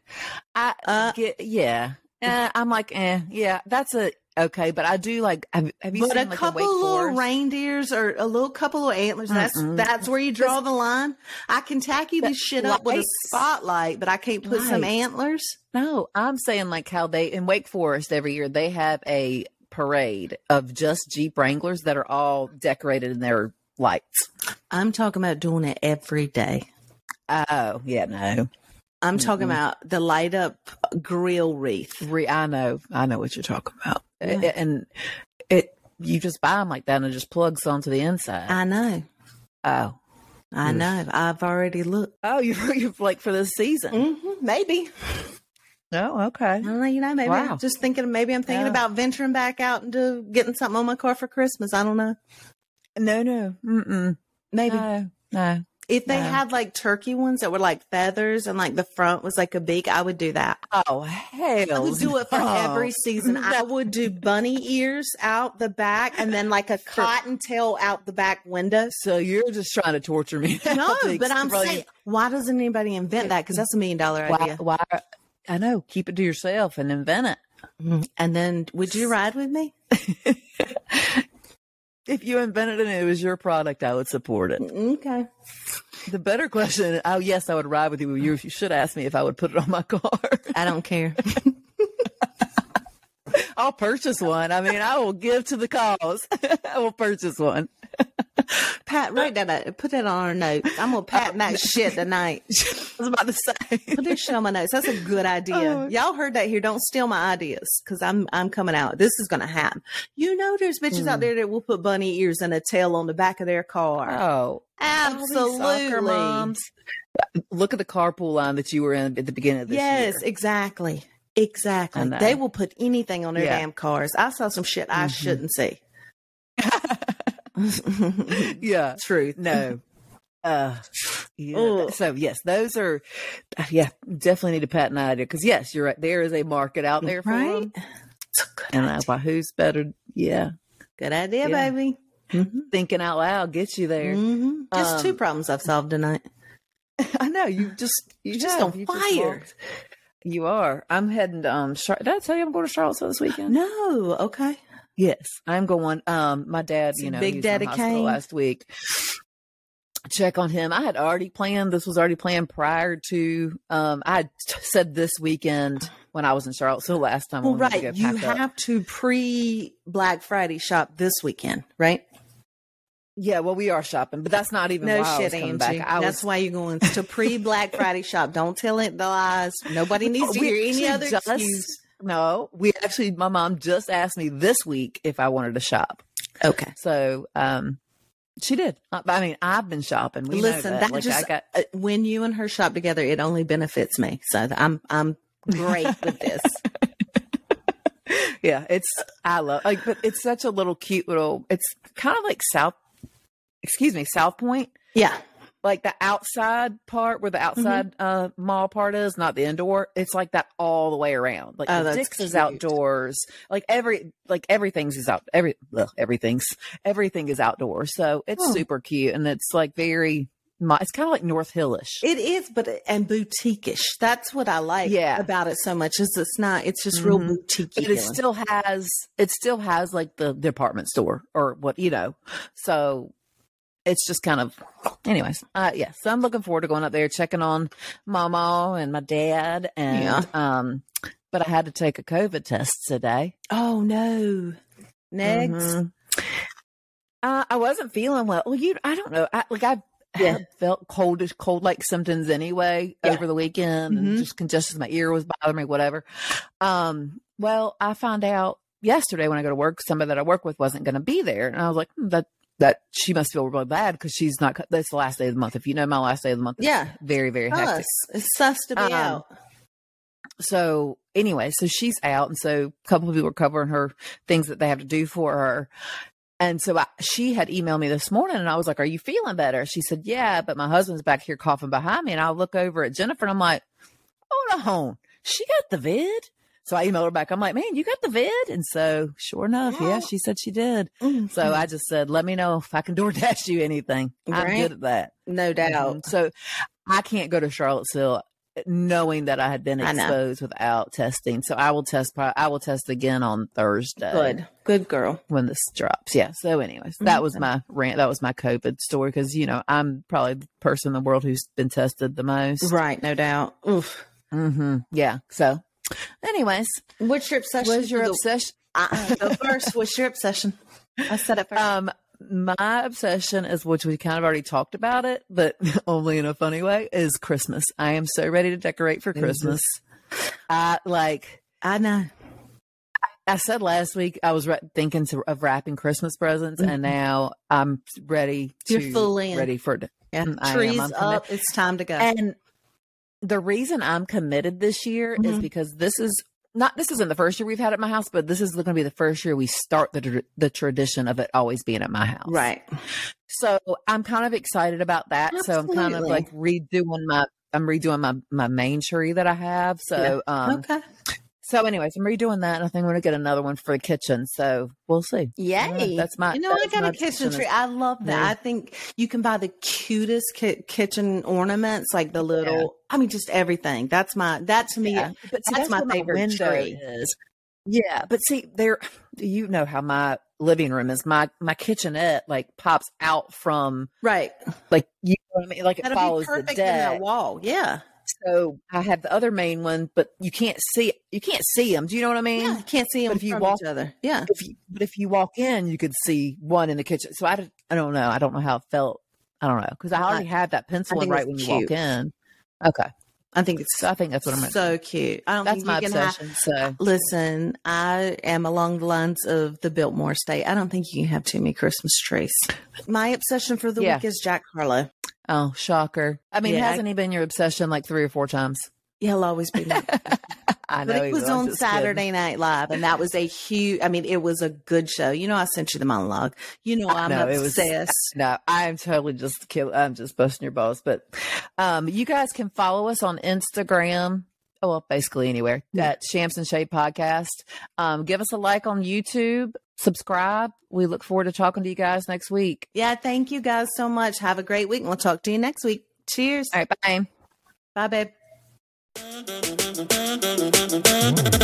Speaker 2: I
Speaker 1: Uh,
Speaker 2: get, yeah. Uh, I'm like, eh, yeah, that's a okay, but I do like. Have, have you
Speaker 1: But
Speaker 2: seen
Speaker 1: a
Speaker 2: like
Speaker 1: couple
Speaker 2: a Wake
Speaker 1: little
Speaker 2: Forest?
Speaker 1: reindeers or a little couple of antlers. That's
Speaker 2: Mm-mm.
Speaker 1: that's where you draw the line. I can tack you this shit up with a
Speaker 2: lights.
Speaker 1: spotlight, but I can't put some
Speaker 2: Lights.
Speaker 1: antlers.
Speaker 2: No, I'm saying like how they in Wake Forest every year they have a parade of just Jeep Wranglers that are all decorated in their lights.
Speaker 1: I'm talking about doing it every day.
Speaker 2: Oh yeah, no,
Speaker 1: I'm talking
Speaker 2: Mm-mm.
Speaker 1: about the light up grill wreath.
Speaker 2: Re- I know, I know what you're talking about,
Speaker 1: Yeah.
Speaker 2: A- and it you just buy them like that and it just plugs onto the inside.
Speaker 1: I know.
Speaker 2: oh,
Speaker 1: I
Speaker 2: Mm.
Speaker 1: know. I've already looked.
Speaker 2: oh, [laughs] you you like for this season?
Speaker 1: Mm-hmm, maybe.
Speaker 2: Oh,
Speaker 1: I
Speaker 2: okay.
Speaker 1: don't know. You know, maybe
Speaker 2: Wow.
Speaker 1: I'm just thinking, maybe I'm thinking
Speaker 2: Yeah.
Speaker 1: about venturing back out into getting something on my car for Christmas. I don't know.
Speaker 2: No, no, mm-mm.
Speaker 1: Maybe.
Speaker 2: no, no.
Speaker 1: If they
Speaker 2: No.
Speaker 1: had like turkey ones that were like feathers and like the front was like a beak, I would do that.
Speaker 2: Oh hell!
Speaker 1: I would do it for
Speaker 2: no.
Speaker 1: every [laughs] season. I would do bunny ears out the back and then like [laughs] a cottontail out the back window. [laughs]
Speaker 2: So you're just trying to torture me. [laughs]
Speaker 1: No,
Speaker 2: Thanks.
Speaker 1: but I'm
Speaker 2: Probably-
Speaker 1: saying, why doesn't anybody invent that? Because that's a million dollar
Speaker 2: why,
Speaker 1: idea.
Speaker 2: why? I know. Keep it to yourself and invent it.
Speaker 1: Mhm. And then, would you ride with me?
Speaker 2: If you invented it and it was your product, I would support it.
Speaker 1: Mm-hmm. Okay.
Speaker 2: The better question, oh yes, I would ride with you. You you should ask me if I would put it on my car. [laughs]
Speaker 1: I don't care.
Speaker 2: I'll purchase one. I mean, I will give to the cause. [laughs] I will purchase one. [laughs] Uh,
Speaker 1: Pat, write that up. Put that on our notes. I'm going to patent that shit tonight.
Speaker 2: I was about to say.
Speaker 1: Put this shit on my notes. That's a good idea.
Speaker 2: Oh.
Speaker 1: Y'all heard that here. Don't steal my ideas because I'm I'm coming out. This is gonna happen. You know, there's bitches out there that will put bunny ears and a tail on the back of their car.
Speaker 2: [laughs] Mm. Oh,
Speaker 1: Absolutely.
Speaker 2: Soccer moms. Look at the carpool line that you were in at the beginning of this
Speaker 1: yes,
Speaker 2: [laughs] year.
Speaker 1: exactly, exactly.
Speaker 2: know.
Speaker 1: They will put anything on their
Speaker 2: Yeah. Mm-hmm.
Speaker 1: damn cars. I saw some shit I shouldn't
Speaker 2: [laughs]
Speaker 1: see. [laughs]
Speaker 2: yeah.
Speaker 1: Truth. [laughs]
Speaker 2: No. Uh, yeah.
Speaker 1: Ugh.
Speaker 2: So yes, those are uh, yeah definitely need a patent idea because yes, you're right. There is a market out there for
Speaker 1: Right?
Speaker 2: them,
Speaker 1: It's a good,
Speaker 2: and uh, why who's better? Yeah,
Speaker 1: good idea,
Speaker 2: Yeah. Mm-hmm.
Speaker 1: baby.
Speaker 2: thinking out loud gets you there.
Speaker 1: hmm Just
Speaker 2: Um,
Speaker 1: two problems I've solved tonight.
Speaker 2: [laughs] I know you just you
Speaker 1: Mm-hmm. Just
Speaker 2: know,
Speaker 1: on
Speaker 2: you
Speaker 1: fire.
Speaker 2: walked. you are. I'm heading. to, Um, Char- did I tell you I'm going to Charlottesville this weekend?
Speaker 1: No, okay.
Speaker 2: Yes, I'm going. Um, my dad,
Speaker 1: It's
Speaker 2: you
Speaker 1: a
Speaker 2: know,
Speaker 1: big
Speaker 2: he was in
Speaker 1: daddy
Speaker 2: the hospital
Speaker 1: cane.
Speaker 2: last week. Check on him. I had already planned. This was already planned prior to. Um, I had t- said this weekend when I was in Charlottesville last time. I
Speaker 1: Well,
Speaker 2: wanted to
Speaker 1: right.
Speaker 2: go
Speaker 1: You
Speaker 2: pack up.
Speaker 1: have to pre Black Friday shop this weekend, right?
Speaker 2: Yeah, well, we are shopping, but that's not even
Speaker 1: No
Speaker 2: why
Speaker 1: shit,
Speaker 2: I was coming
Speaker 1: Angie.
Speaker 2: back. I
Speaker 1: That's
Speaker 2: was,
Speaker 1: why you're going to pre
Speaker 2: [laughs]
Speaker 1: Black Friday shop. Don't tell it the lies. Nobody needs to
Speaker 2: We
Speaker 1: hear any
Speaker 2: actually
Speaker 1: other
Speaker 2: just-
Speaker 1: excuse.
Speaker 2: No, we actually. My mom just asked me this week if I wanted to shop.
Speaker 1: Okay.
Speaker 2: So, um, she did. I, I mean, I've been shopping. We know
Speaker 1: Listen,
Speaker 2: that.
Speaker 1: that
Speaker 2: Like,
Speaker 1: just-
Speaker 2: I got
Speaker 1: Uh, When you and her shop together, it only benefits me. So th- I'm I'm
Speaker 2: [laughs]
Speaker 1: great with this.
Speaker 2: yeah, it's I love like, but it's such a little cute little. It's kind of like South, excuse me, South Point,
Speaker 1: Yeah.
Speaker 2: like the outside part where the
Speaker 1: Mm-hmm.
Speaker 2: outside uh mall part is, not the indoor. It's like that all the way around. Like
Speaker 1: Oh,
Speaker 2: the
Speaker 1: that's
Speaker 2: Dix is
Speaker 1: cute.
Speaker 2: outdoors. Like every like everything's is out every ugh, everything's everything is outdoors. So it's
Speaker 1: Oh.
Speaker 2: super cute and it's like very. mo- It's kind of like North Hillish.
Speaker 1: It is, but and boutiquish. That's what I like
Speaker 2: Yeah.
Speaker 1: about it so much. Is it's not. It's just real
Speaker 2: Mhm.
Speaker 1: boutique.
Speaker 2: [laughs] but it still has it still has like the department store or what you know so it's just kind of anyways uh yeah so i'm looking forward to going up there checking on mama and my dad and
Speaker 1: Yeah.
Speaker 2: um but i had to take a covid test today
Speaker 1: oh no. Next.
Speaker 2: Mhm. uh, i wasn't feeling well well you i don't know I, like i
Speaker 1: Yeah.
Speaker 2: had felt cold cold like symptoms anyway
Speaker 1: Yeah.
Speaker 2: over the weekend
Speaker 1: Mhm.
Speaker 2: and just congestion my ear was bothering me whatever um well i found out yesterday when i go to work somebody that i work with wasn't going to be there and i was like hmm, that that she must feel really bad because she's not co- that's the last day of the month if you know my last day of the month is
Speaker 1: Yeah.
Speaker 2: very very hectic
Speaker 1: Us. It's sus to be
Speaker 2: Um,
Speaker 1: out.
Speaker 2: so anyway, so she's out, and so a couple of people are covering her things that they have to do for her. And so I, she had emailed me this morning, and I was like, "Are you feeling better?" She said, "Yeah, but my husband's back here coughing behind me." And I look over at Jennifer, and I'm like, "Hold on, she got the vid." So I emailed her back. I'm like, "Man, you got the vid?" And so, sure enough, yeah, she said she did.
Speaker 1: Mm.
Speaker 2: So uh, I just said, "Let me know if I can [laughs] DoorDash you anything. I'm
Speaker 1: Right.
Speaker 2: good at that."
Speaker 1: no doubt.
Speaker 2: Mhm. So I can't go to Charlottesville eh, knowing that I had been
Speaker 1: I know.
Speaker 2: exposed without testing. So I will test. pro- I will test again on Thursday
Speaker 1: Good. Mm-hmm. Good girl.
Speaker 2: when this drops. Yeah. So, anyways, that was my rant. That was my COVID story because you know I'm probably the person in the world who's been tested the most.
Speaker 1: Right, no doubt. Oof.
Speaker 2: hmm Yeah. So, anyways,
Speaker 1: What's your obsession?
Speaker 2: was your
Speaker 1: The-
Speaker 2: obsession?
Speaker 1: I, I go first. What's your obsession? I said it first.
Speaker 2: Um, my obsession is, which we kind of already talked about it, but [laughs] only in a funny way, is Christmas. I am so ready to decorate for Christmas. I like.
Speaker 1: I know.
Speaker 2: I said last week I was re- thinking to, of wrapping Christmas presents, and now I'm ready. To,
Speaker 1: Mm-hmm. You're fully in.
Speaker 2: ready for it.
Speaker 1: Yeah.
Speaker 2: Mm, I am.
Speaker 1: Trees
Speaker 2: I'm commi-
Speaker 1: up. It's time to go.
Speaker 2: And the reason I'm committed this year is
Speaker 1: Mhm.
Speaker 2: because this is not this isn't the first year we've had it at my house, but this is going to be the first year we start the tr- the tradition of it always being at my house.
Speaker 1: Right.
Speaker 2: So I'm kind of excited about that. So I'm kind of
Speaker 1: Absolutely.
Speaker 2: like redoing my I'm redoing my my main tree that I have. So um
Speaker 1: okay.
Speaker 2: so anyways, I'm redoing that and I think I'm gonna get another one for the kitchen. So we'll see. I don't know.
Speaker 1: Yay.
Speaker 2: That's my
Speaker 1: you know, I
Speaker 2: that's
Speaker 1: got
Speaker 2: my
Speaker 1: a kitchen
Speaker 2: tradition.
Speaker 1: tree. I love that.
Speaker 2: Yeah.
Speaker 1: I think you can buy the cutest ki- kitchen ornaments, like the little. I mean, just everything. That's my. That to me.
Speaker 2: Yeah. But see,
Speaker 1: that's my
Speaker 2: where
Speaker 1: favorite tree.
Speaker 2: Is. Yeah, but see, there, you know how my living room is. My my kitchenette like pops out from
Speaker 1: Right.
Speaker 2: like you know what I mean. Like it
Speaker 1: That'll be
Speaker 2: follows the
Speaker 1: perfect in
Speaker 2: deck.
Speaker 1: that wall. Yeah.
Speaker 2: So I have the other main one, but you can't see you can't see them. Do you know what I mean?
Speaker 1: Yeah. You can't see them
Speaker 2: But if you
Speaker 1: from
Speaker 2: walk-
Speaker 1: each other. Yeah.
Speaker 2: If you, but if you walk in, you could see one in the kitchen. So I, don't- I don't know. I don't know how it felt. I don't know because I already had that pencil in
Speaker 1: think
Speaker 2: right
Speaker 1: it's
Speaker 2: when you
Speaker 1: cute.
Speaker 2: walk in. Okay,
Speaker 1: I think it's
Speaker 2: so I think that's what I'm. Gonna,
Speaker 1: so cute. I don't
Speaker 2: that's
Speaker 1: think
Speaker 2: my
Speaker 1: you can have.
Speaker 2: obsession. so
Speaker 1: Listen, I am along the lines of the Biltmore State. I don't think you can have too many Christmas trees. My obsession for the
Speaker 2: Yeah.
Speaker 1: week is Jack Harlow.
Speaker 2: Oh, shocker. I mean,
Speaker 1: Yeah, I-
Speaker 2: hasn't he been your obsession like three or four times?
Speaker 1: He'll always be
Speaker 2: [laughs]
Speaker 1: my
Speaker 2: I know.
Speaker 1: [laughs] But it
Speaker 2: he
Speaker 1: was
Speaker 2: will. I'm
Speaker 1: on
Speaker 2: just kidding.
Speaker 1: Saturday Night Live, and that was a huge. I mean, it was a good show. You know, I sent you the monologue. You know, I'm
Speaker 2: know, it was-
Speaker 1: obsessed.
Speaker 2: No, I'm totally just kill. I'm just busting your balls. But um, you guys can follow us on Instagram. Oh, well, basically anywhere
Speaker 1: Yeah.
Speaker 2: at Shams and Shade Podcast. Um, give us a like on YouTube. Subscribe. We look forward to talking to you guys next week.
Speaker 1: yeah, thank you guys so much. Have a great week, and we'll talk to you next week. Cheers.
Speaker 2: All right, bye.
Speaker 1: Bye, babe.